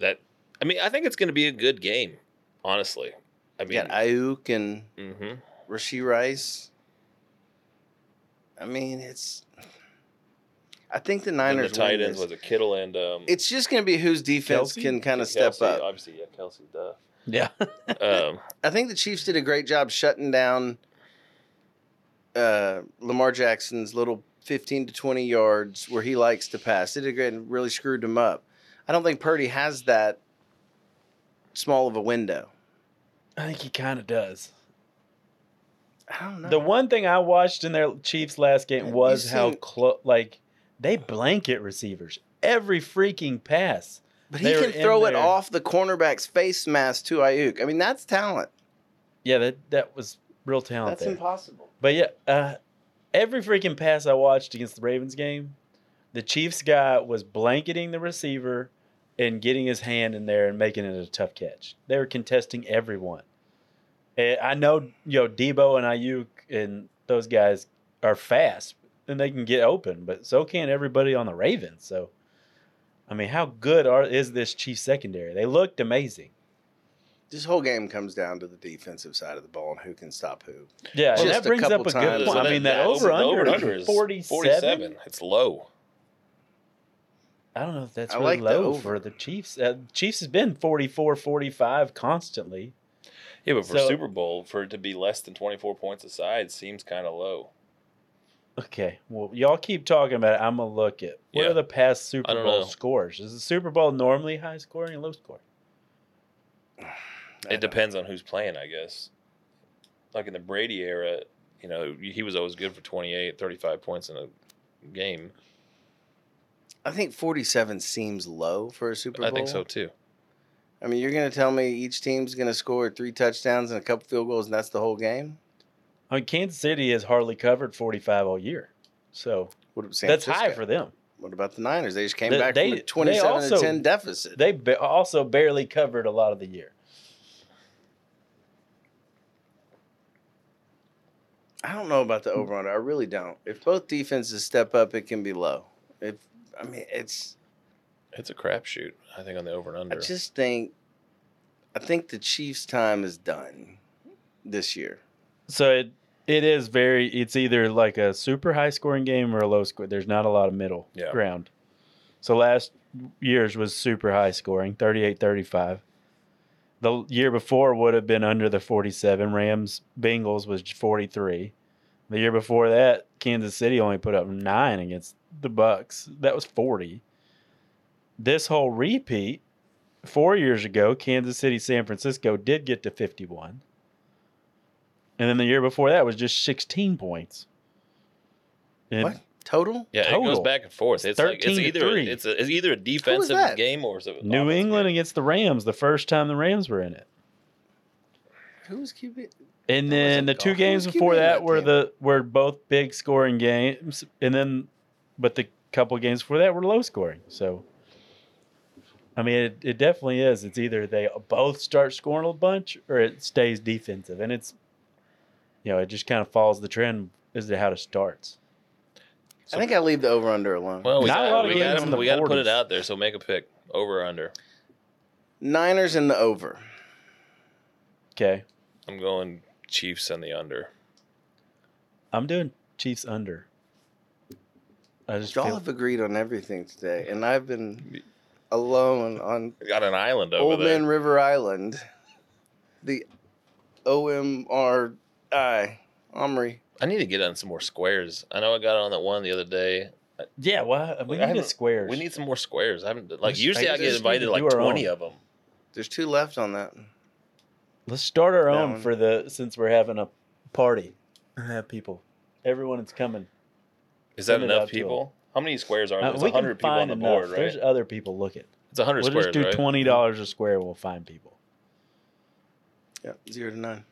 S2: That I mean, I think it's going to be a good game. Honestly, I
S5: We
S2: mean,
S5: got Ayuk and
S2: hmm
S5: Rasheed Rice. I mean, it's. I think the
S2: and the
S5: Niners
S2: tight
S5: win
S2: ends
S5: this.
S2: was it Kittle and um,
S5: It's just going to be whose defense
S3: Kelsey?
S5: can kind of step
S2: Kelsey,
S5: up.
S2: Obviously, yeah, Kelsey. Duh.
S3: Yeah.
S2: Um,
S5: I think the Chiefs did a great job shutting down uh, Lamar Jackson's little 15 to 20 yards where he likes to pass. They did great and really screwed him up. I don't think Purdy has that small of a window.
S3: I think he kind of does.
S5: I don't know.
S3: The one thing I watched in their Chiefs last game
S5: Have you
S3: was how
S5: seen-
S3: close, like, they blanket receivers every freaking pass.
S5: but he
S3: they were
S5: can
S3: in
S5: throw it
S3: there.
S5: off the cornerback's face mask to Ayuk. I mean, that's talent.
S3: Yeah, that, that was real talent there.
S5: impossible.
S3: But yeah, uh, every freaking pass I watched against the Ravens game, the Chiefs guy was blanketing the receiver and getting his hand in there and making it a tough catch. They were contesting everyone. And I know, you know, Debo and Ayuk and those guys are fast and they can get open, but so can everybody on the Ravens. So, I mean, how good are is this Chiefs secondary? They looked amazing.
S5: This whole game comes down to the defensive side of the ball and who can stop who.
S3: Yeah,
S5: Just
S3: and that
S5: a
S3: brings up
S5: couple
S3: a good
S5: times.
S3: point. I mean, that, over under, is 47.
S2: It's low.
S3: I don't know if that's
S5: I
S3: really
S5: like the
S3: low
S5: over.
S3: for the Chiefs. Uh, Chiefs has been 44, 45 constantly.
S2: Yeah, but for
S3: So-
S2: Super Bowl, for it to be less than 24 points aside seems kind of low.
S3: Okay, well, y'all keep talking about it. I'm going to look at what
S2: Yeah.
S3: are the past
S2: I
S3: Super
S2: don't
S3: Bowl
S2: know.
S3: scores? Is the Super Bowl normally high scoring or low scoring?
S5: I
S2: It depends on who's playing, I guess. Like in the Brady era, you know, he was always good for 28, 35 points in a game.
S5: I think 47 seems low for a Super Bowl.
S2: I think so too.
S5: I mean, you're going to tell me each team's going to score three touchdowns and a couple field goals, and that's the whole game?
S3: I mean, Kansas City has hardly covered 45 all year. So
S5: What about San
S3: that's high
S5: Francisco?
S3: for them.
S5: What about the Niners? They just came
S3: They-
S5: back
S3: they-
S5: from
S3: they
S5: a 27
S3: also-
S5: to 10 deficit.
S3: They ba- also barely covered a lot of the year.
S5: I don't know about the over under. I really don't. If both defenses step up, it can be low. If I mean, it's.
S2: It's a crapshoot, I think, on the over and
S5: I
S2: under.
S5: just think. I think the Chiefs' time is done this year.
S3: So it it is very. It's either like a super high scoring game or a low score. There's not a lot of middle
S2: Yeah.
S3: ground. So last year's was super high scoring, 38-35. The year before would have been under the 47. Rams Bengals was 43. The year before that, Kansas City only put up 9 against the Bucks. That was 40. This whole repeat 4 years ago, Kansas City San Francisco did get to 51. And then the year before that was just 16 points. And
S5: What total?
S2: yeah, it goes
S3: total.
S2: back and forth. It's like it's
S3: 13 to
S2: either a,
S3: three.
S2: it's, a, it's either a defensive
S5: that?
S2: game or it's a
S3: New
S2: offensive
S3: England
S2: game.
S3: against the Rams, the first time the Rams were in it.
S5: Who was QB?
S3: And
S5: That was
S3: then
S5: a
S3: the two
S5: dog.
S3: games
S5: Who's
S3: before
S5: keeping
S3: that
S5: that
S3: were
S5: team?
S3: the were both big scoring games, and then but the couple games before that were low scoring. So, I mean, it, it definitely is. It's either they both start scoring a bunch, or it stays defensive, and it's you know it just kind of follows the trend as to how it starts.
S5: I think I leave the over under alone.
S2: Well, we
S3: Not a
S2: got,
S3: lot of
S2: we
S3: games
S2: got,
S3: in
S2: to,
S3: the
S2: we got to put
S3: 40s.
S2: it out there. So make a pick, over or under.
S5: Niners in the over.
S3: Okay,
S2: I'm going Chiefs and the under.
S3: I'm doing Chiefs under. I just
S5: Y'all
S3: feel-
S5: have agreed on everything today, and I've been alone on
S2: We got an island over
S5: Old
S2: there.
S5: Man River Island, the OMRI, Omri.
S2: I need to get on some more squares. I know I got on that one the other day.
S3: yeah. Well, we
S2: I
S3: need a
S2: haven't-
S3: square.
S2: We need some more squares. I haven't like
S3: Let's-
S2: usually
S3: I
S2: I,
S3: guess
S2: get
S3: we need
S2: invited
S3: to
S2: to like
S3: do our
S2: twenty
S3: own.
S2: of them.
S5: There's two left on that.
S3: Let's start our
S5: That
S3: own
S5: one.
S3: for the since we're having a party and have people. Everyone that's coming.
S2: Is that
S3: Send it out
S2: enough
S3: to 'em.
S2: people? How many squares are
S3: Uh,
S2: there? It's
S3: we can
S2: hundred people on
S3: find
S2: the
S3: enough.
S2: board, right?
S3: There's other people looking.
S2: It's hundred
S3: We'll
S2: squares,
S3: just do
S2: right?
S3: twenty dollars a square. and We'll find people.
S5: Yeah, zero to nine.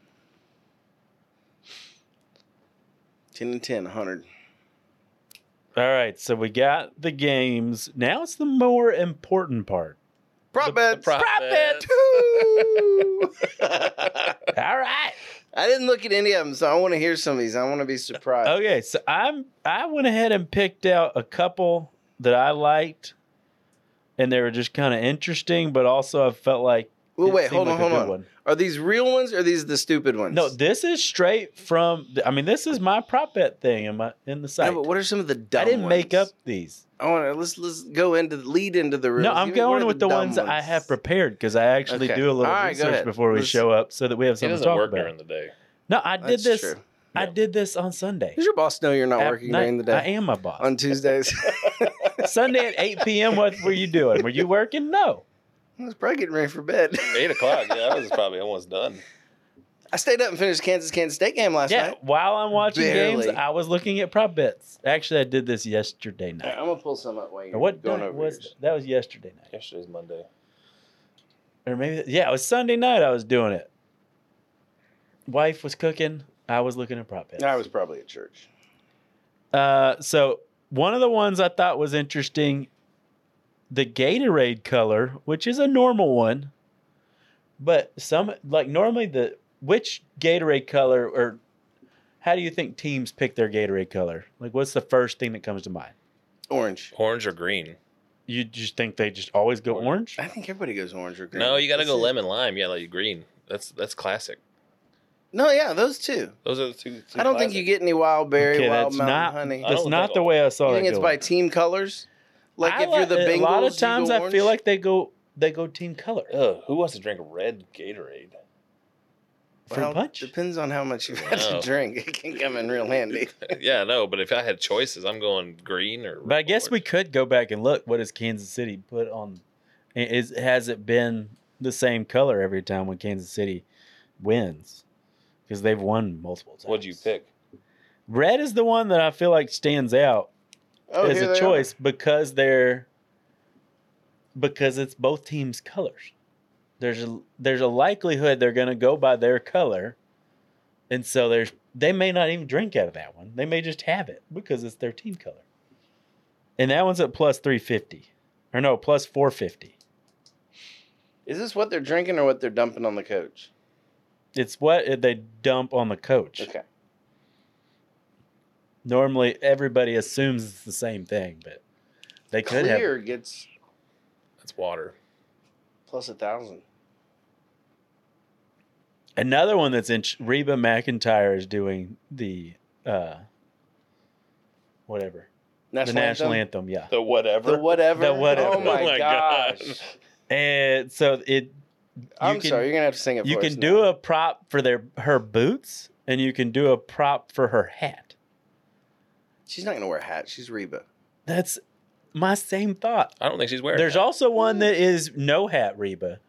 S5: 10 and 10, 100.
S3: All right, so we got the games. Now it's the more important part.
S5: Prop bets.
S2: prop
S5: Prop
S2: bets.
S5: bets. Woo!
S3: All right.
S5: I didn't look at any of them, so I want to hear some of these. I want to be surprised.
S3: Okay, so I'm I went ahead and picked out a couple that I liked. and they were just kind of interesting, but also I felt like
S5: Well,
S3: it
S5: wait,
S3: seemed
S5: hold on,
S3: like a
S5: hold
S3: good
S5: on.
S3: one.
S5: Are these real ones or are these the stupid ones?
S3: No, this is straight from. I mean, this is my prop bet thing in my in
S5: No,
S3: the site.
S5: but what are some of the dumb
S3: I didn't make up
S5: ones?
S3: these.
S5: I want to let's let's go into the lead into the real.
S3: No, I'm going with the ones, that I have prepared because I actually
S5: Okay.
S3: do a little
S5: All right, go
S3: research
S5: ahead.
S3: before we
S5: Let's-
S3: show up so that we have
S2: He
S3: something to
S2: doesn't
S3: talk
S2: work
S3: about.
S2: during the day.
S3: No, I did
S5: That's
S3: this.
S5: True.
S3: I
S2: No.
S3: did this on Sunday.
S5: Does your boss know you're not
S3: At
S5: working
S3: night.
S5: during the
S3: I
S5: day
S3: am my boss.
S5: on Tuesdays?
S3: Sunday at 8 p.m. What were you doing? Were you working? No.
S5: I was probably getting ready for bed.
S2: Eight o'clock. Yeah, I was probably almost done.
S5: I stayed up and finished Kansas Kansas State game last
S3: yeah.
S5: night.
S3: While I'm watching
S5: Barely.
S3: games, I was looking at prop bets. Actually, I did this
S5: All
S3: yesterday
S5: right,
S3: night.
S5: I'm gonna pull some up while you're
S3: Or what
S5: going
S3: night
S5: over
S3: was
S5: yours.
S3: that? that? Was yesterday night,
S2: Yesterday's Monday.
S3: or maybe yeah, it was Sunday night. I was doing it. Wife was cooking. I was looking at prop bets.
S5: I was probably at church.
S3: Uh, so one of the ones I thought was interesting, the Gatorade color, which is a normal one, but some like normally the which Gatorade color or how do you think teams pick their Gatorade color? Like, what's the first thing that comes to mind?
S5: Orange.
S2: Orange or green?
S3: You just think they just always go orange?
S5: I think everybody goes orange or green.
S2: No, you got to
S5: That's
S2: go
S5: it.
S2: lemon lime. Yeah, like green. That's that's classic.
S5: No, yeah, those two.
S2: Those are the two. two
S5: I don't think you get any wild berry,
S3: Okay,
S5: wild
S3: that's
S5: mountain
S3: not
S5: honey.
S2: I don't
S3: that's not
S2: think-
S3: the way I saw
S5: You
S3: that.
S5: think it's
S3: going.
S5: by team colors? Like
S3: I
S5: if you're the Bengals,
S3: a lot of
S5: you go
S3: times I
S5: orange?
S3: feel like they go they go team color Uh,
S2: Ugh, who wants to drink red Gatorade?
S3: for
S5: Well,
S3: punch.
S5: Depends on how much you've had
S2: Wow.
S5: to drink. It can come in real handy.
S2: yeah, no. But if I had choices, I'm going green or.
S3: But I guess we
S2: orange.
S3: could go back and look. What has Kansas City put on? i- Is has it been the same color every time when Kansas City wins? Because they've won multiple times.
S2: What'd you pick?
S3: Red is the one that I feel like stands out
S5: Oh,
S3: as
S5: here
S3: a
S5: they are.
S3: choice because they're because it's both teams' colors. There's a there's a likelihood they're going to go by their color, and so there's they may not even drink out of that one. They may just have it because it's their team color. And that one's at plus three fifty, or no, plus four fifty.
S5: Is this what they're drinking or what they're dumping on the coach?
S3: It's what they dump on the coach.
S5: Okay.
S3: Normally, everybody assumes it's the same thing, but they could have.
S5: Clear gets
S2: That's water.
S5: plus a thousand.
S3: Another one that's in Reba McIntyre is doing the uh whatever.
S5: National
S3: the national
S5: anthem.
S3: anthem, yeah.
S2: The whatever.
S5: The whatever.
S3: The whatever.
S5: Oh my,
S2: Oh my
S5: gosh.
S2: God.
S3: And so it
S5: I'm
S3: you can,
S5: sorry. You're gonna have to sing it.
S3: You
S5: for
S3: can
S5: us
S3: do
S5: now.
S3: a prop for their her boots and you can do a prop for her hat.
S5: She's not gonna wear a hat. She's Reba.
S3: That's my same thought.
S2: I don't think she's wearing.
S3: There's
S2: that.
S3: also one that is no hat Reba.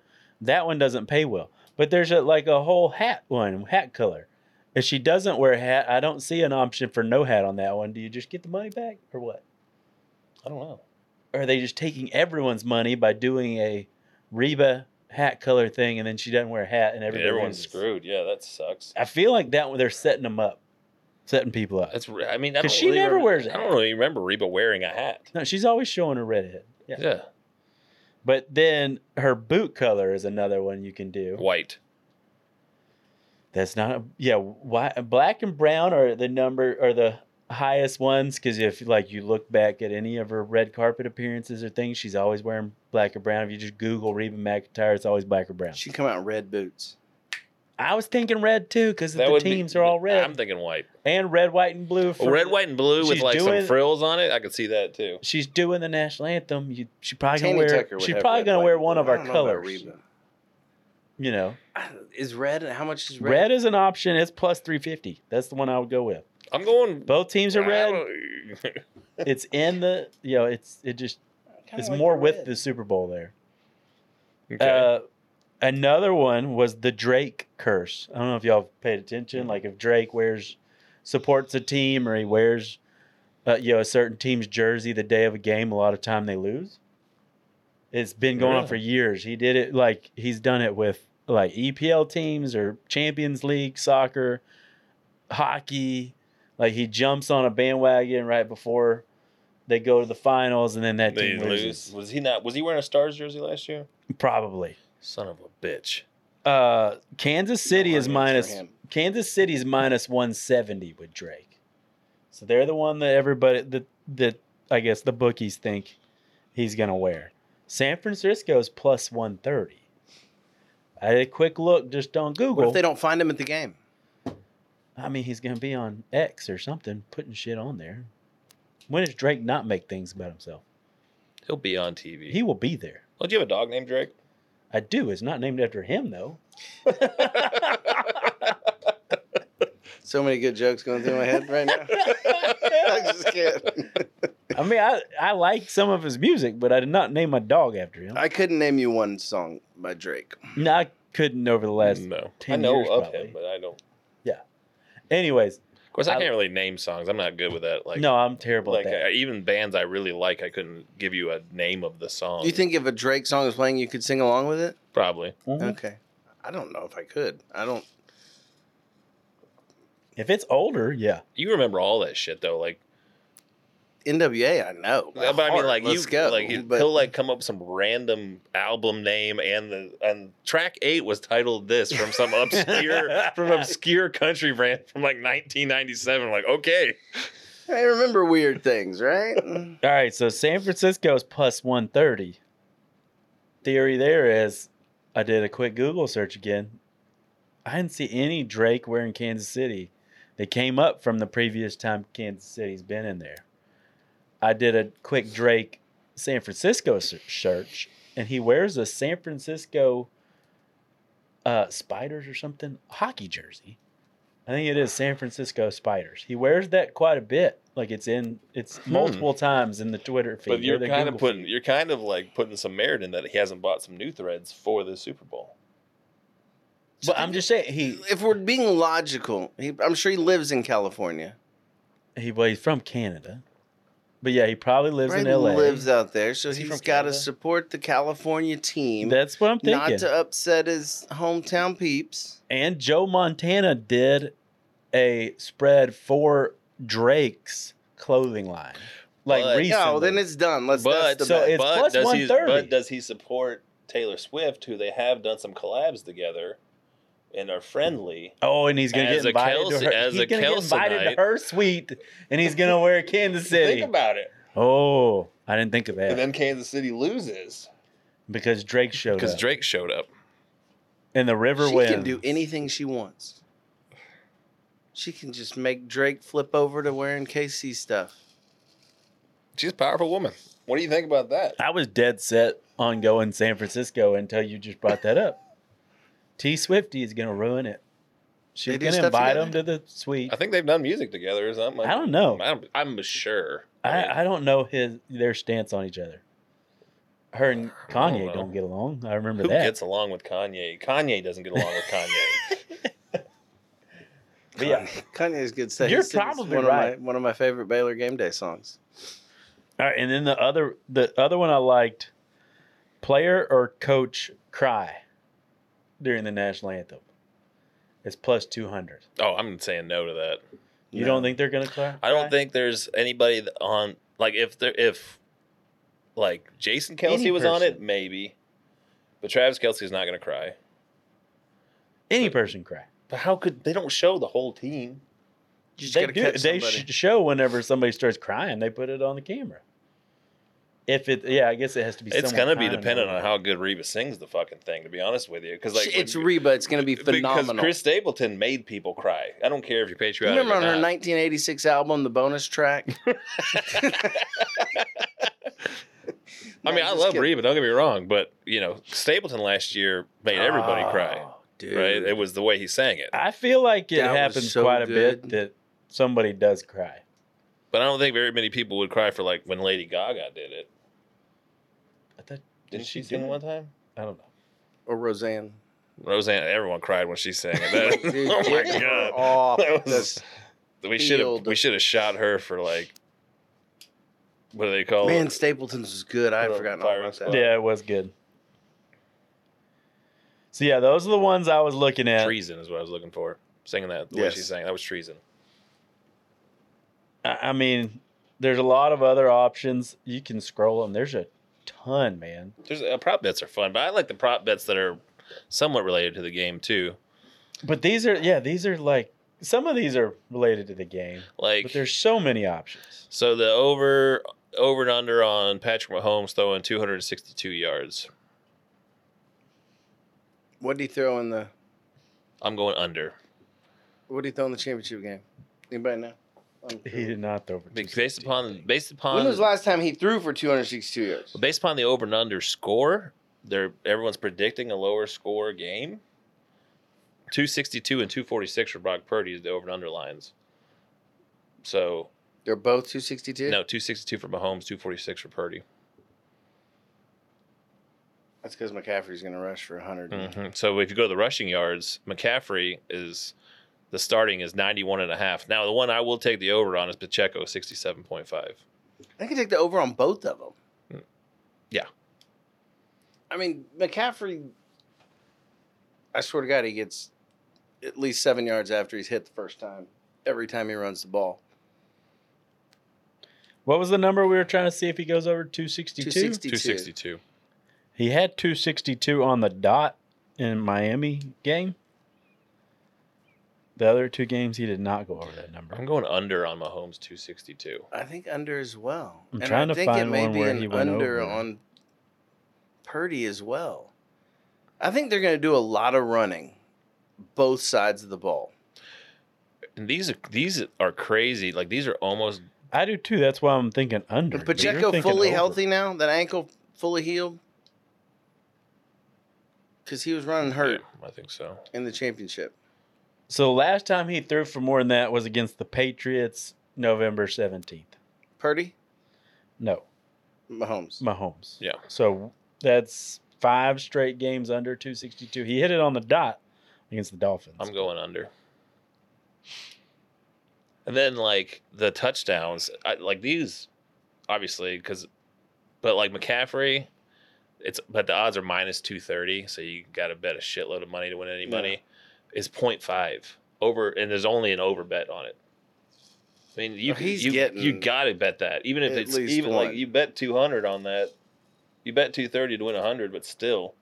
S3: That one doesn't pay well. But there's a, like a whole hat one, hat color. If she doesn't wear a hat, I don't see an option for no hat on that one. Do you just get the money back or what?
S2: I don't know.
S3: Or are they just taking everyone's money by doing a Reba hat color thing and then she doesn't wear a hat and
S2: Yeah,
S3: everybody
S2: everyone's
S3: loses?
S2: screwed. Yeah, that sucks.
S3: I feel like that one they're setting them up, setting people up.
S2: That's. I mean, I
S3: 'Cause
S2: don't
S3: she
S2: really
S3: never
S2: remember-
S3: wears a
S2: I
S3: hat.
S2: don't really remember Reba wearing a hat.
S3: No, she's always showing her red head. Yeah.
S2: Yeah,
S3: But then her boot color is another one you can do.
S2: white.
S3: That's not a, yeah. Why black and brown are the number are the highest ones because if like you look back at any of her red carpet appearances or things, she's always wearing black or brown. If you just Google Reba McIntyre, it's always black or brown.
S5: She come out in red boots.
S3: I was thinking red too because
S2: That
S3: the
S2: would be-
S3: teams are all red
S2: I'm thinking white.
S3: and red, white, and blue. for-
S2: Red, white, and blue with
S3: she's
S2: like
S3: doing-
S2: some frills on it. I could see that too.
S3: She's doing the national anthem. You, she probably gonna
S5: Tanny
S3: wear.
S5: Tucker would
S3: She's
S5: have
S3: probably
S5: red,
S3: gonna
S5: white,
S3: wear
S5: and
S3: one
S5: blue.
S3: of
S5: I
S3: our
S5: don't know about
S3: colors.
S5: Reba.
S3: You know,
S5: I- Is red? How much is
S3: red.
S5: red?
S3: is an option. It's plus three fifty. That's the one I would go with.
S2: I'm going.
S3: Both teams are red. Uh,
S2: red.
S3: It's in the you know. It's it just
S5: Kinda
S3: it's
S5: like
S3: more
S5: the
S3: with
S5: red.
S3: the Super Bowl there.
S2: okay.
S3: Uh, another one was the Drake curse. I don't know if y'all paid
S2: Mm-hmm.
S3: attention. Like if Drake wears supports a team or he wears uh, you know a certain team's jersey the day of a game, a lot of time they lose. It's been going on
S2: Really?
S3: for years. He did it like he's done it with like EPL teams or Champions League soccer, hockey. Like he jumps on a bandwagon right before they go to the finals, and then that
S2: they
S3: team loses.
S2: lose. Was he not? Was he wearing a Stars jersey last year?
S3: Probably.
S2: Son of a bitch.
S3: Uh, Kansas City
S5: No
S3: is
S5: arguments
S3: minus
S5: for him.
S3: Kansas City's minus one seventy with Drake, so they're the one that everybody that that I guess the bookies think he's gonna wear. San Francisco is plus 130. I had a quick look just on
S5: What
S3: Google.
S5: if they don't find him at the game?
S3: I mean, he's going to be on X or something, putting shit on there. When does Drake not make things about himself?
S2: He'll be on TV.
S3: He will be there.
S2: Don't you have a dog named Drake?
S3: I do. It's not named after him, though.
S5: So many good jokes going through my head right now. I just can't.
S3: I mean, I, I like some of his music, but I did not name my dog after him.
S5: I couldn't name you one song by Drake.
S3: No, I couldn't over the last.
S2: no.
S3: 10
S2: I know
S3: years,
S2: of
S3: probably.
S2: him, but I don't.
S3: Anyways,
S2: Of course, I,
S3: I-
S2: can't really name songs. I'm not good with that. Like
S3: no, I'm terrible
S2: like
S3: at that.
S2: I, even bands I really like, I couldn't give you a name of the song.
S5: Do you think if a Drake song was playing, you could sing along with it?
S2: Probably.
S3: Mhm.
S5: Okay. I don't know if I could. I don't.
S3: If it's older, yeah.
S2: You remember all that shit though, like.
S5: NWA, I know. by
S2: but I mean,
S5: heart.
S2: like
S5: Let's
S2: you,
S5: go.
S2: like you-
S5: but
S2: he'll like come up with some random album name, and the and track eight was titled this from some obscure from obscure country brand from like 1997. Like, okay,
S5: I remember weird things, right? Mm.
S3: All right, so San Francisco is plus 130. Theory there is I did a quick Google search again. I didn't see any Drake wearing Kansas City. They came up from the previous time Kansas City's been in there. I did a quick Drake San Francisco ser- search, and he wears a San Francisco uh, Spiders or something hockey jersey. I think it is San Francisco Spiders. He wears that quite a bit. Like it's in it's multiple times in the Twitter
S2: Hmm.
S3: feed.
S2: but
S3: or
S2: you're
S3: the
S2: kind of
S3: Google
S2: putting
S3: feed.
S2: you're kind of like putting some merit in that he hasn't bought some new threads for the Super Bowl.
S3: But I'm just saying he
S5: if we're being logical, he, I'm sure he lives in California.
S3: he well he's from Canada, but yeah he probably lives in
S5: Right?
S3: L.A.
S5: lives out there, so
S2: Is he
S5: he's
S2: from
S5: got to
S2: Canada?
S5: support the California team,
S3: That's what I'm
S5: not
S3: thinking.
S5: to upset his hometown peeps.
S3: and Joe Montana did a spread for Drake's clothing line, like
S2: But- No,
S3: recently.
S5: No, then it's done. Let's
S2: But
S5: that's the
S3: So
S5: bet.
S3: it's plus
S2: does he,
S3: 130.
S2: but does he support Taylor Swift, who they have done some collabs together and are friendly?
S3: Oh, and he's gonna
S2: As
S3: get
S2: a
S3: invited
S2: Kelsey-
S3: to her.
S2: as
S3: he's
S2: a
S3: gonna get invited
S2: Kelsonite.
S3: to her suite, and he's gonna wear Kansas City.
S2: Think about it.
S3: oh, I didn't think of that
S2: And then Kansas City loses
S3: because Drake showed
S2: because
S3: up,
S2: Drake showed up.
S3: and the river
S5: she
S3: wins.
S5: can do anything she wants. She can just make Drake flip over to wearing KC stuff.
S2: She's a powerful woman. What do you think about that?
S3: I was dead set on going San Francisco until you just brought that up. T Swifty is gonna ruin it. She's
S5: They do
S3: gonna
S5: stuff
S3: invite
S5: together?
S3: him to the suite.
S2: I think they've done music together or something.
S3: I don't know.
S2: I'm, I'm sure.
S3: I, I don't know his their stance on each other. Her and
S2: don't
S3: Kanye
S2: know.
S3: don't, get along. I remember
S2: who
S3: that.
S2: gets along with Kanye? Kanye doesn't get along with Kanye.
S3: But yeah.
S5: Kanye's good set.
S3: You're
S5: He sings
S3: probably
S5: one
S3: right.
S5: Of my, one of my favorite Baylor game day songs.
S3: All right, and then the other the other one I liked, player or coach cry during the national anthem. It's plus two hundred.
S2: oh, I'm saying no to that.
S3: You
S5: No.
S3: don't think they're gonna cry?
S2: I don't
S3: cry?
S2: think there's anybody th- on like if there if like Jason Kelsey
S3: Any
S2: was on it,
S3: person.
S2: maybe. But Travis Kelsey's not gonna cry.
S3: any person cry.
S2: But how could they don't show the whole team?
S5: You just
S3: they
S5: gotta
S3: do.
S5: catch
S3: They
S5: somebody.
S3: sh- show whenever somebody starts crying. They put it on the camera. If it, yeah, I guess it has to be.
S2: It's
S3: someone
S2: gonna be
S3: crying
S2: dependent on
S3: over it.
S2: how good Reba sings the fucking thing, to be honest with you. Because like
S5: it's
S2: when-
S5: Reba. It's going to be phenomenal.
S2: Because Chris Stapleton made people cry. I don't care if you're
S5: you
S2: patriotic.
S5: remember on
S2: or
S5: her
S2: not.
S5: 1986 album, the bonus track?
S2: I mean, I
S5: No, just
S2: love
S5: kidding.
S2: Reba. Don't get me wrong, but you know, Stapleton last year made everybody cry.
S3: Oh,
S5: Dude.
S2: Right? It was the way he sang it.
S3: I feel like it
S5: That was
S3: happens
S5: so
S3: quite a bit
S5: good.
S3: that somebody does cry.
S2: But I don't think very many people would cry for like when Lady Gaga did it.
S3: I thought,
S2: Didn't she,
S3: do
S2: sing
S3: it?
S2: one time?
S3: I don't know.
S5: or Oh, Roseanne.
S2: Roseanne, everyone cried when she sang it. That-
S5: Dude,
S2: oh
S5: get her
S2: my god.
S5: Off
S2: That
S5: the
S2: was- We should have
S5: field.
S2: we should have shot her for like what do they call
S5: Man,
S2: it?
S5: Stapleton's was good. I had
S2: Little
S5: forgotten all
S2: fire
S5: about
S2: squad.
S5: that.
S3: Yeah, it was good. So yeah, those are the ones I was looking at.
S2: Treason is what I was looking for. Singing that the way
S5: Yes.
S2: she sang. That was treason.
S3: I I mean, there's a lot of other options. You can scroll them. There's a ton, man.
S2: There's uh, prop bets are fun, but I like the prop bets that are somewhat related to the game too.
S3: But these are yeah, these are like some of these are related to the game.
S2: Like
S3: But there's so many options.
S2: So the over over and under on Patrick Mahomes throwing 262 yards.
S5: What did he throw in the?
S2: I'm going under.
S5: What did he throw in the championship game? Anybody know? I'm
S3: He
S5: curious.
S3: did not throw for
S2: Because
S3: 260.
S2: Based upon based
S5: When
S2: upon
S5: was the last time he threw for 262 yards?
S2: based upon the over and under score, they're everyone's predicting a lower score game. 262 and 246 for Brock Purdy is the over and under lines. So
S5: They're both 262.
S2: no, 262 for Mahomes, 246 for Purdy.
S5: that's because McCaffrey's going to rush for 100.
S2: hmm So if you go to the rushing yards, McCaffrey is the starting is 91 and a half. Now the one I will take the over on is Pacheco 67.5.
S5: I can take the over on both of
S3: Mm.
S5: them.
S2: Yeah.
S5: I mean, McCaffrey, I swear to God, he gets at least seven yards after he's hit the first time, every time he runs the ball.
S3: What was the number we were trying to see if he goes over 262?
S5: 262.
S2: 262.
S3: He had 262 on the dot in Miami game. The other two games, he did not go over that
S2: I'm
S3: number.
S2: going under on Mahomes 262.
S5: I think under as well.
S3: I'm trying
S5: I
S3: to
S5: think it
S3: find
S5: may
S3: one
S5: be
S3: where
S5: an
S3: he went
S5: under
S3: over.
S5: on Purdy as well. I think they're going to do a lot of running, both sides of the ball.
S2: And these are these are crazy. Like these are almost
S3: I do too. That's why I'm thinking under.
S5: Is
S3: but you're
S5: Pacheco
S3: thinking
S5: fully
S3: over.
S5: healthy now? That ankle fully healed? Because he was running hurt
S2: Yeah, I think so.
S5: in the championship.
S3: So the last time he threw for more than that was against the Patriots, November 17th.
S5: Purdy,
S3: No,
S5: Mahomes.
S3: Mahomes.
S2: Yeah.
S3: So that's five straight games under 262. He hit it on the dot against the Dolphins.
S2: I'm going under. And then like the touchdowns, I, like these, obviously, because, but like McCaffrey, it's but the odds are minus two thirty, so you got to bet a shitload of money to win any
S5: Yeah.
S2: money. Is 0.5 over, and there's only an over bet on it. I mean, you
S5: Oh, he's
S2: you,
S5: getting
S2: you got to bet that, even if
S5: at
S2: it's
S5: least
S2: even like
S5: one.
S2: you bet two hundred on that, you bet two thirty to win hundred, but still,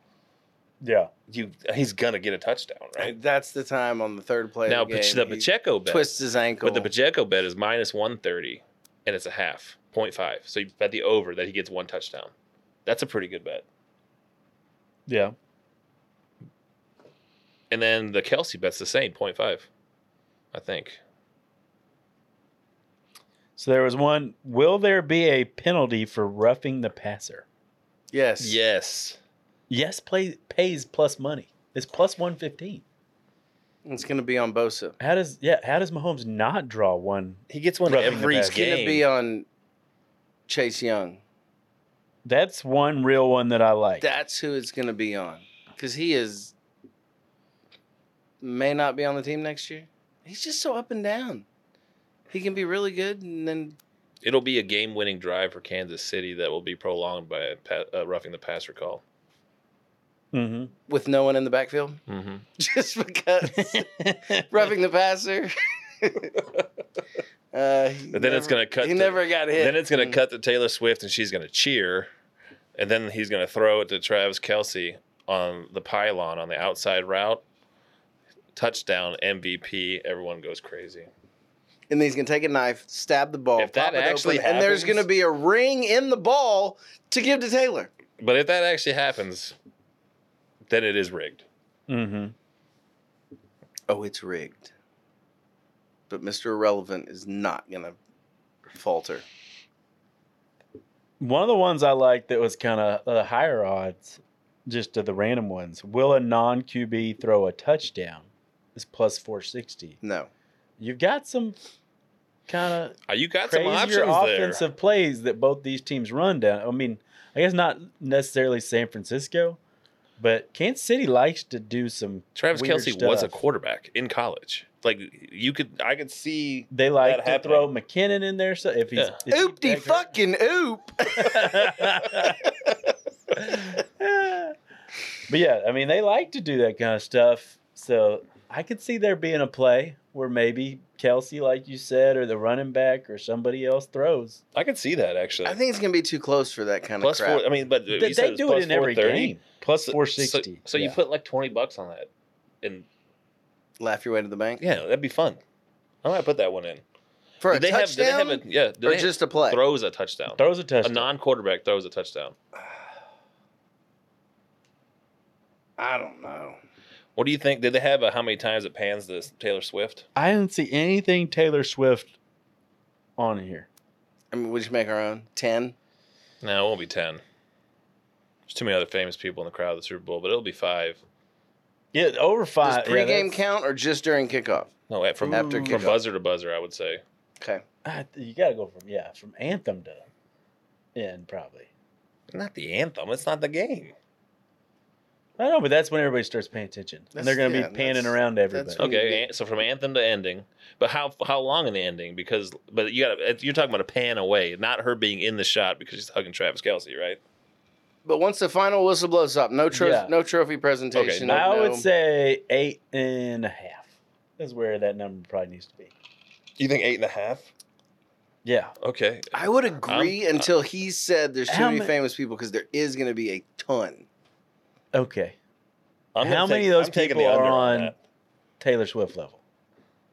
S3: Yeah.
S2: you he's gonna get a touchdown, right?
S5: That's the time on the third play.
S2: now
S5: of the, game.
S2: the
S5: he
S2: Pacheco bet,
S5: twists his ankle.
S2: but the Pacheco bet is minus one thirty, and it's a half 0.5. So you bet the over that he gets one touchdown. That's a pretty good bet.
S3: Yeah.
S2: And then the Kelsey bet's the same 0.5, I think.
S3: So there was one. Will there be a penalty for roughing the passer?
S5: yes.
S2: Yes,
S3: Yes, play, pays plus money. It's plus 115.
S5: It's going to be on Bosa.
S3: How does yeah? How does Mahomes not draw one?
S2: he gets one
S3: Roughing the
S2: every
S3: passer.
S5: It's going to
S2: game.
S5: be on Chase Young.
S3: That's one real one that I like.
S5: That's who it's going to be on. Because he is, may not be on the team next year. He's just so up and down. He can be really good and then
S2: It'll be a game-winning drive for Kansas City that will be prolonged by a pa- uh, roughing the passer call.
S3: hmm
S5: with no one in the backfield.
S2: Mm-hmm.
S5: just because roughing the passer. uh, he
S2: But then it's gonna cut
S5: He
S2: to-
S5: never got hit.
S2: Then it's going
S5: Mm.
S2: to cut to Taylor Swift and she's going to cheer. And then he's going to throw it to Travis Kelsey on the pylon on the outside route. Touchdown, MVP. Everyone goes crazy.
S5: And then he's gonna take a knife, stab the ball,
S2: If that
S5: pop it
S2: actually
S5: open, and there's
S2: happens-
S5: gonna be a ring in the ball to give to Taylor.
S2: But if that actually happens, then it is rigged.
S3: hmm
S5: Oh, it's rigged. But Mr. Irrelevant is not gonna falter.
S3: One of the ones I liked that was kind of uh, higher odds, just of the random ones. Will a non QB throw a touchdown? Is plus four sixty.
S5: No.
S3: You've got some kind of
S2: Uh, You got some
S3: crazier
S2: options there.
S3: offensive plays that both these teams run down. I mean, I guess not necessarily San Francisco, but Kansas City likes to do some.
S2: Travis
S3: weird
S2: Kelsey was a
S3: stuff.
S2: quarterback in college. Like you could, I could see.
S3: They like
S2: That
S3: to
S2: happening.
S3: throw McKinnon in there. So if he's
S2: Yeah.
S3: if he
S5: Oop de
S3: back-
S5: fucking oop.
S3: but yeah, I mean, they like to do that kind of stuff. So I could see there being a play where maybe Kelsey, like you said, or the running back or somebody else throws.
S2: I could see that actually.
S5: I think it's gonna be too close for that kind
S2: plus
S5: of crap.
S2: four. I mean, but you
S3: They,
S2: said
S3: they
S2: it's
S3: do
S2: plus
S3: it in every
S2: 430.
S3: game. Plus
S2: So-
S3: four sixty.
S2: So, so you put like twenty bucks on that, and
S5: Laugh your way to the bank.
S2: yeah, that'd be fun. I might put that one in.
S5: for a
S2: Did they have, did they
S5: touchdown
S2: have a, yeah, did
S5: or
S2: they
S5: just a play?
S2: throws a touchdown.
S3: Throws a
S2: a
S3: touchdown.
S2: non-quarterback throws a touchdown.
S5: I don't know.
S2: What do you think? Did they have a, how many times it pans this Taylor Swift?
S3: I didn't see anything Taylor Swift on here.
S5: I mean, we just make our own ten.
S2: No, it won't be ten. There's too many other famous people in the crowd of the Super Bowl, but it'll be five.
S3: Yeah, over
S5: Does
S3: five. yeah,
S5: pregame
S3: that's-
S5: count or just during kickoff?
S2: No, at- from
S5: After
S2: from
S5: kickoff.
S2: buzzer to buzzer, I would say.
S5: Okay.
S3: I th- you gotta go from yeah, from anthem to end probably.
S2: Not the anthem. It's not the game.
S3: I don't know, but that's when everybody starts paying attention, and they're
S5: That's-
S3: gonna
S5: yeah,
S3: be panning
S5: that's-
S3: around to everybody.
S5: that's-
S2: Okay, an- so from anthem to ending, but how how long in the ending? Because but you got you're talking about a pan away, not her being in the shot because she's hugging Travis Kelsey, right?
S5: But once the final whistle blows up, no trophy,
S3: Yeah.
S5: no trophy presentation.
S2: Okay,
S5: no-
S3: I
S5: no-
S3: would say eight and a half is where that number probably needs to be.
S2: You think eight and a half?
S3: Yeah,
S2: Okay,
S5: I would agree
S2: I'm-
S5: until he said there's too
S3: uh, How
S5: many
S3: ma-
S5: famous people because there is going to be a ton.
S3: okay.
S2: I'm
S3: How
S2: gonna
S3: many
S2: take-
S3: of those
S2: I'm taking
S3: people
S2: the
S3: are
S2: under
S3: on
S2: that.
S3: Taylor Swift level?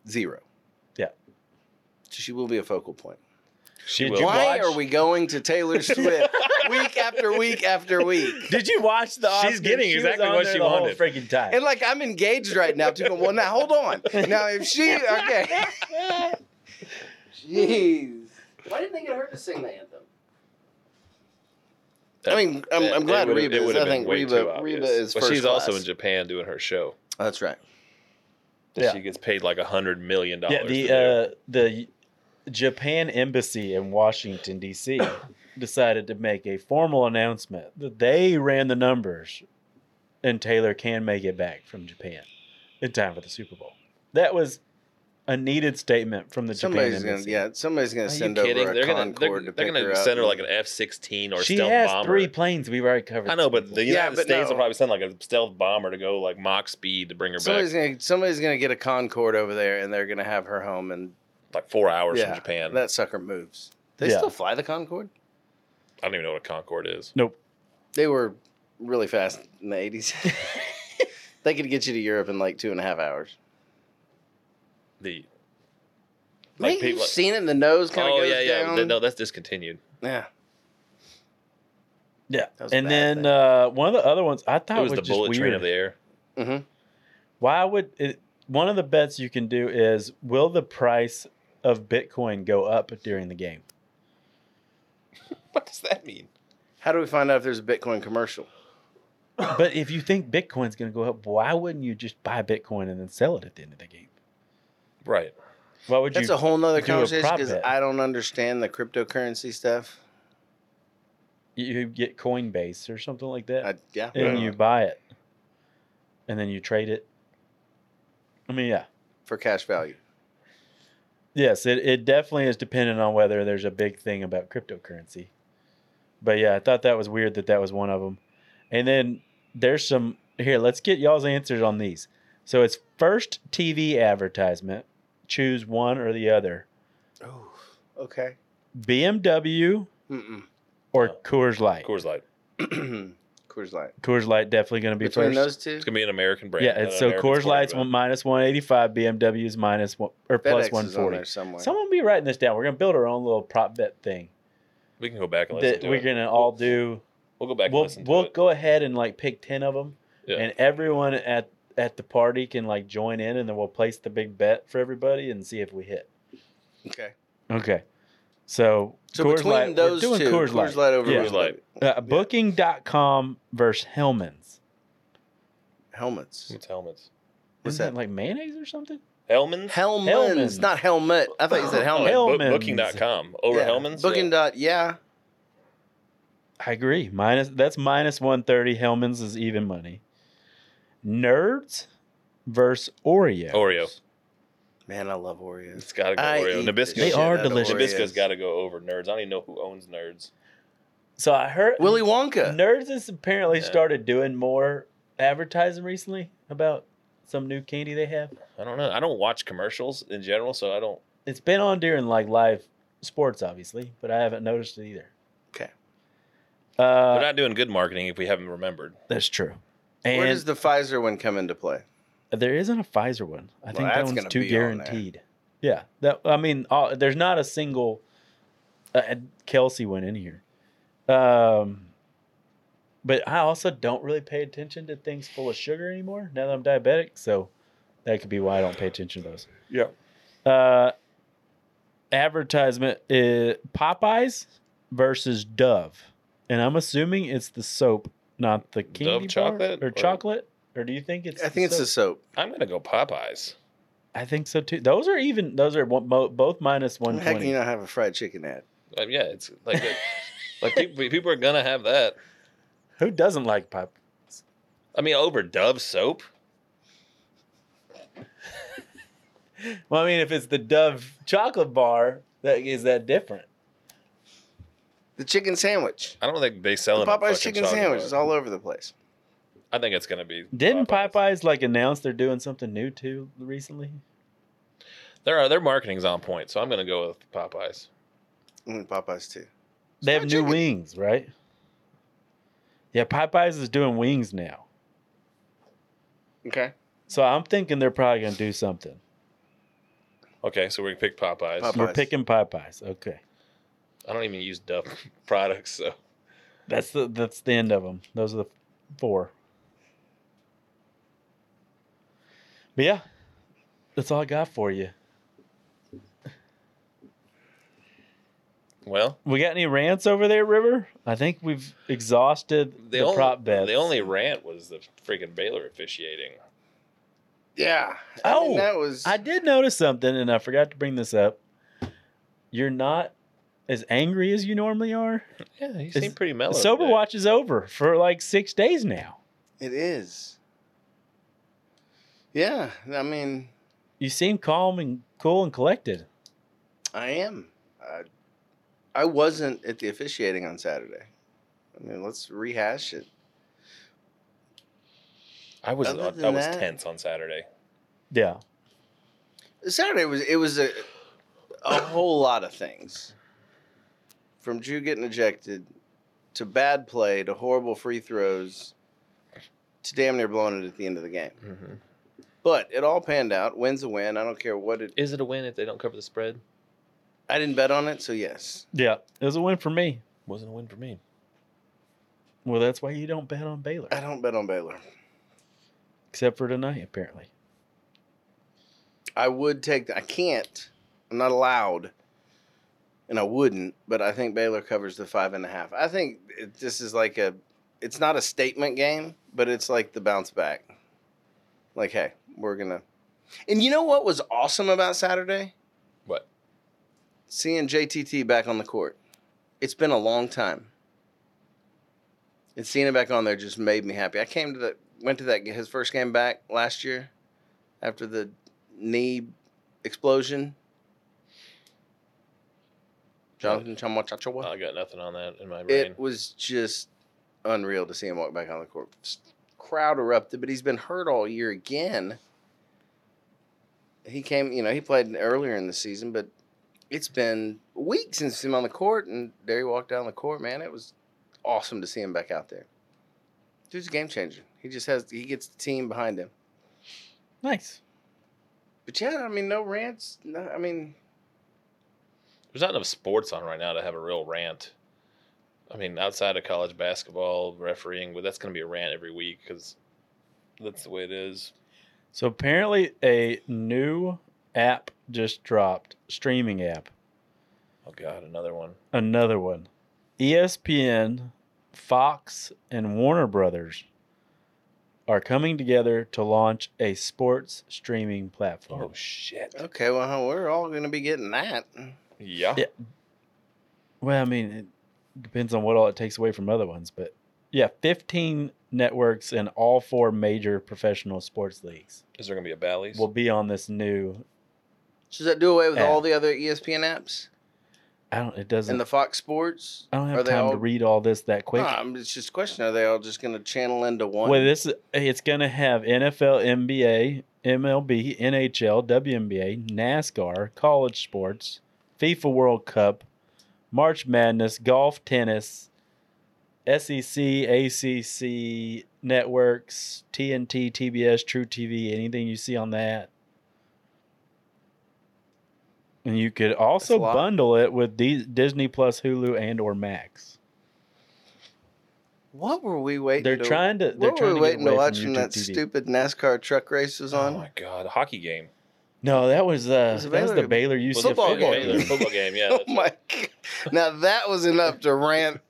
S5: Zero.
S3: Yeah.
S5: She will be a focal point.
S2: She
S3: Did
S2: will.
S3: you
S5: Why
S3: watch-
S5: are we going to Taylor Swift week after week after week?
S3: Did you watch the?
S2: She's
S3: Oscars?
S2: getting
S3: She was
S2: exactly
S3: on
S2: what
S3: there
S2: she
S3: the whole
S2: wanted.
S3: Freaking time.
S5: And like I'm engaged right now. Too. Well, now hold on. Now if she okay. Jeez. Why didn't they get her to sing the anthem? I mean, I'm, I'm
S2: It
S5: glad
S2: would've-
S5: Reba
S2: it
S5: is.
S2: would've
S5: I
S2: been
S5: think
S2: way too
S5: Reba,
S2: obvious.
S5: Reba is
S2: But
S5: first
S2: she's also
S5: class.
S2: in Japan doing her show.
S5: That's right.
S2: that
S3: Yeah.
S2: she gets paid like a hundred million dollars.
S3: yeah,
S2: to do.
S3: the uh, the Japan embassy in Washington D.C. decided to make a formal announcement that they ran the numbers, and Taylor can make it back from Japan in time for the Super Bowl. That was a needed statement from the
S5: Somebody's
S3: Japan
S5: gonna
S3: embassy.
S5: yeah. Somebody's gonna
S2: Are
S5: send
S2: you
S5: over
S2: kidding?
S5: a
S2: They're gonna they're,
S5: Concorde to
S2: they're
S5: pick
S2: gonna
S5: her up
S2: send her
S5: and-
S2: like an F sixteen or
S3: she
S2: stealth
S3: has
S2: bomber.
S3: three planes. We've already covered.
S2: I know, but the
S5: Yeah,
S2: United
S5: but
S2: States
S5: no.
S2: will probably send like a stealth bomber to go like mock speed to bring her
S5: Somebody's
S2: back
S5: gonna somebody's gonna get a Concorde over there, and they're gonna have her home, and
S2: like four hours
S5: yeah,
S2: from Japan.
S5: that sucker moves. They
S3: Yeah.
S5: still fly the Concorde?
S2: I don't even know what a Concorde is.
S3: nope.
S5: They were really fast in the eighties. they could get you to Europe in like two and a half hours.
S2: The
S5: Like
S2: Like
S5: people,
S2: people-
S5: you've seen it, the nose kind of
S2: oh
S5: goes
S2: yeah yeah
S5: down.
S2: Th- no that's discontinued.
S5: yeah,
S3: Yeah,
S5: That was a
S3: and
S5: bad
S3: then
S5: thing.
S3: uh, one of the other ones I thought
S2: It was the
S3: just
S2: bullet
S3: weird.
S2: train of the air.
S5: mm-hmm.
S3: Why would it? One of the bets you can do is will the price of Bitcoin go up during the game?
S2: What does that mean?
S5: How do we find out if there's a Bitcoin commercial?
S3: But if you think Bitcoin's going to go up, why wouldn't you just buy Bitcoin and then sell it at the end of the game?
S2: Right.
S3: Why would
S5: That's
S3: you?
S5: a whole nother
S3: do a
S5: conversation
S3: prop
S5: because
S3: bet?
S5: I don't understand the cryptocurrency stuff.
S3: you get Coinbase or something like that,
S5: I, yeah,
S3: and
S5: Yeah.
S3: you buy it, and then you trade it. I mean, yeah,
S5: for cash value.
S3: yes, it, it definitely is dependent on whether there's a big thing about cryptocurrency. But yeah, I thought that was weird that that was one of them. And then there's some here. Let's get y'all's answers on these. So it's first TV advertisement. Choose one or the other.
S5: Oh, okay.
S3: BMW
S5: Mm-mm.
S3: or
S2: Oh.
S3: Coors Light.
S2: Coors Light.
S5: Coors Light.
S3: Coors Light definitely going to be
S5: Between
S3: first.
S5: those two,
S2: It's gonna be an American brand.
S3: yeah,
S2: not
S3: it's,
S2: an
S3: so
S2: American
S3: Coors
S2: sporting
S3: Light's
S2: brand.
S3: one, minus 185, BMW's minus one or
S5: FedEx
S3: plus
S5: is on there
S3: 140.
S5: somewhere.
S3: Someone be writing this down. We're going to build our own little prop bet thing
S2: We can go back and listen
S3: that
S2: to
S3: we're
S2: it.
S3: going to all do.
S2: We'll go back and
S3: We'll
S2: listen to
S3: we'll
S2: it.
S3: go ahead and like pick 10 of them
S2: Yeah.
S3: and everyone at at the party can like join in and then we'll place the big bet for everybody and see if we hit.
S5: okay.
S3: Okay. So,
S5: So
S3: Coors
S5: between
S3: Light, we're
S5: those
S3: doing
S5: two,
S3: Coors Light.
S5: over
S3: Yeah.
S5: Coors Light.
S3: Uh, booking.com versus Hellman's.
S5: Helmets.
S2: It's helmets.
S5: What's
S3: Isn't
S5: that?
S3: that like mayonnaise or something?
S2: Hellman's.
S5: Hellman's,
S3: Hellman.
S5: not helmet. I thought you said helmet.
S3: Hell-
S2: Bo-
S3: Hellman's.
S2: Booking.com over
S5: yeah.
S2: Hellman's.
S5: Booking dot. Yeah.
S3: I agree. Minus that's minus one thirty. Hellman's is even money. Nerds versus Oreo.
S2: Oreo.
S5: Man, I love Oreos.
S2: It's gotta go
S5: I
S2: Oreo.
S5: eat
S2: Nabisco.
S5: the
S3: They
S5: shit
S3: are
S5: out of
S3: delicious.
S5: Oreos.
S2: Nabisco's got to go over Nerds. I don't even know who owns Nerds.
S3: So I heard
S5: Willy Wonka.
S3: Nerds has apparently
S2: Yeah.
S3: started doing more advertising recently about some new candy they have.
S2: I don't know. I don't watch commercials in general, so I don't.
S3: It's been on during like live sports, obviously, but I haven't noticed it either.
S5: Okay.
S3: Uh,
S2: We're not doing good marketing if we haven't remembered.
S3: that's true.
S5: Where does
S3: And
S5: the Pfizer one come into play?
S3: there isn't a Pfizer one. I
S5: Well,
S3: think
S5: that's
S3: that one's
S5: gonna
S3: too
S5: be on there.
S3: guaranteed. Yeah, that I mean, all, there's not a single. Uh, and Kelsey went in here, um, but I also don't really pay attention to things full of sugar anymore. Now that I'm diabetic, so that could be why I don't pay attention to those.
S2: Yeah.
S3: Uh, advertisement is Popeyes versus Dove, and I'm assuming it's the soap, not the candy bar
S2: chocolate
S3: or,
S2: or-
S3: chocolate. Or do you think it's?
S5: I think it's
S3: soap?
S5: the soap.
S2: I'm gonna go Popeyes.
S3: I think so too. Those are even. Those are one, mo- both minus one
S5: How can you
S3: twenty.
S5: not have a fried chicken ad?
S2: Uh, yeah, it's like a- like people, people are gonna have that.
S3: Who doesn't like pop?
S2: I mean, over Dove soap.
S3: Well, I mean, if it's the Dove chocolate bar, that is that different?
S5: The chicken sandwich.
S2: I don't think they
S5: The
S2: sell it. on
S5: Popeye's
S2: fucking
S5: chicken
S2: chocolate
S5: sandwich
S2: bar.
S5: is all over the place.
S2: I think it's gonna be.
S3: Didn't Popeyes like announce they're doing something new too recently?
S2: Their uh, their marketing's on point, so I'm gonna go with Popeyes.
S5: Mm, Popeye's too.
S3: They have
S5: fried
S3: new
S5: chicken.
S3: wings, right? Yeah, Popeyes is doing wings now,
S5: Okay.
S3: so I'm thinking they're probably gonna do something.
S2: Okay, so we pick Popeyes.
S5: Popeyes.
S3: We're picking Popeyes. Okay,
S2: I don't even use Dove products, so
S3: that's the that's the end of them. Those are the four. But yeah, that's all I got for you.
S2: well.
S3: We got any rants over there, River? I think we've exhausted the,
S2: only,
S3: prop bet.
S2: The only rant was the freaking Baylor officiating.
S5: Yeah. I
S3: Oh,
S5: mean, that was.
S3: I did notice something, and I forgot to bring this up. You're not as angry as you normally are.
S2: Yeah, he
S3: seemed
S2: seemed pretty mellow.
S3: Sober watch is over for like six days now.
S5: It is. Yeah. I mean,
S3: You seem calm and cool and collected.
S5: I am. I, I wasn't at the officiating on Saturday. I mean, let's rehash it.
S2: I was
S5: Other
S2: I,
S5: than
S2: was
S5: that-
S2: tense on Saturday.
S3: Yeah,
S5: Saturday was it was a a whole lot of things. From Drew getting ejected to bad play to horrible free throws to damn near blowing it at the end of the game.
S3: Mm-hmm.
S5: But it all panned out. Win's a win. I don't care what it
S2: Is it a win if they don't cover the spread?
S5: I didn't bet on it, so yes.
S3: yeah. It was a win for me.
S2: Wasn't a win for me.
S3: Well, that's why you don't bet on Baylor,
S5: I don't bet on Baylor.
S3: except for tonight, apparently.
S5: I would take I can't. I'm not allowed. And I wouldn't, but I think Baylor covers the five and a half. I think it, this is like a, it's not a statement game, but it's like the bounce back. Like, hey, we're gonna. And you know what was awesome about Saturday?
S2: What?
S5: Seeing JTT back on the court. It's been a long time. And seeing it back on there just made me happy. I came to the, went to that his first game back last year, after the knee explosion. Jonathan Chamachachawa.
S2: I got nothing on that in my brain.
S5: It was just unreal to see him walk back on the court. S- Crowd erupted, but he's been hurt all year again. He came, you know, he played earlier in the season, but it's been weeks since him on the court, and there he walked down the court. Man, it was awesome to see him back out there. Dude's a game changer. He just has he gets the team behind him.
S3: Nice.
S5: But yeah, I mean, no rants. No, I mean,
S2: There's not enough sports on right now to have a real rant. I mean, outside of college basketball, refereeing, but that's going to be a rant every week because that's the way it is.
S3: So apparently, a new app just dropped, streaming app.
S2: Oh God, another one.
S3: another one. E ESPN, Fox, and Warner Brothers are coming together to launch a sports streaming
S2: Oh
S3: platform.
S2: shit.
S5: okay, well, we're all going to be getting that.
S2: Yeah.
S3: Yeah. Well, I mean, it depends on what all it takes away from other ones, but yeah, 15 networks and all four major professional sports leagues
S2: Is there going to be a Bally's?
S3: will be on this new.
S5: So does that do away with
S3: Yeah.
S5: all the other E ESPN apps
S3: I don't. It doesn't.
S5: and the Fox Sports?
S3: I don't
S5: are
S3: have
S5: they
S3: time
S5: all-
S3: to read all this that quick.
S5: No, I'm- Um, it's just a question. Are they all just going to channel into one?
S3: Well, this is- it's gonna have NFL, NBA, MLB, NHL, WNBA, NASCAR, college sports, FIFA World Cup, March Madness, golf, tennis, E SEC, ACC networks, TNT, TBS, True TV, anything you see on that. And you could also
S5: a lot.
S3: bundle it with D- Disney Plus, Hulu, and or Max.
S5: What were we waiting?
S3: They're
S5: to,
S3: trying to. They're
S5: What
S3: trying
S5: were we
S3: to get
S5: waiting to
S3: away
S5: watch
S3: from
S5: when
S3: YouTube
S5: that
S3: TV.
S5: stupid NASCAR truck race was
S2: Oh
S5: on?
S2: my god, a hockey game.
S3: No, that was uh,
S5: was a
S3: that was the Baylor
S5: Baylor-
S3: UCF
S2: Was it
S5: Football
S2: Baylor?
S5: game.
S2: Baylor Football game, yeah.
S5: oh my! God. Now that was enough to rant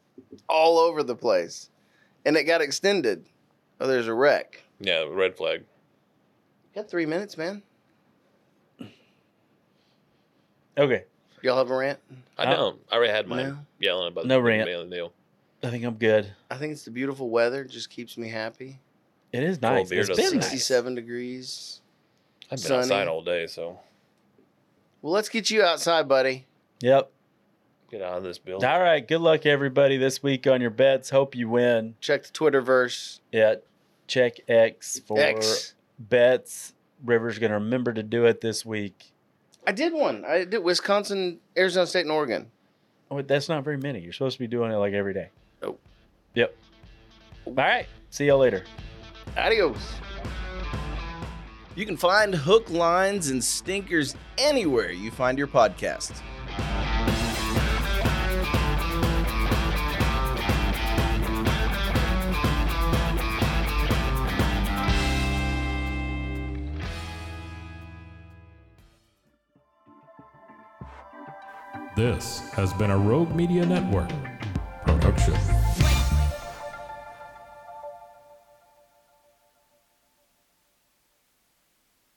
S5: all over the place, and it got extended. Oh, there's a wreck.
S2: Yeah, red flag.
S5: You got three minutes, man.
S3: Okay,
S5: Y'all have a rant?
S2: I
S3: Uh,
S2: know. I already had mine
S5: No.
S2: yelling about
S3: No
S2: the
S3: rant.
S2: Baylor deal.
S3: I think I'm good.
S5: I think it's the beautiful weather. Just keeps me happy.
S3: It is
S2: Cold
S3: nice.
S2: beer
S3: It's
S2: doesn't
S3: been
S2: suck.
S3: nice.
S5: 67 degrees.
S2: I've been
S5: Sunny.
S2: outside all day, so
S5: Well, let's get you outside, buddy.
S3: Yep.
S2: get out of this building.
S3: All right. Good luck, everybody, this week on your bets. Hope you win.
S5: Check the Twitterverse.
S3: Yeah. Check X for
S5: X.
S3: bets. River's gonna remember to do it this week.
S5: I did one. I did Wisconsin, Arizona State, and Oregon.
S3: Oh, that's not very many. You're supposed to be doing it like every day.
S5: Nope.
S3: Yep. All right. See y'all later.
S5: Adios. You can find hook lines and stinkers anywhere you find your podcast.
S1: This has been a Rogue Media Network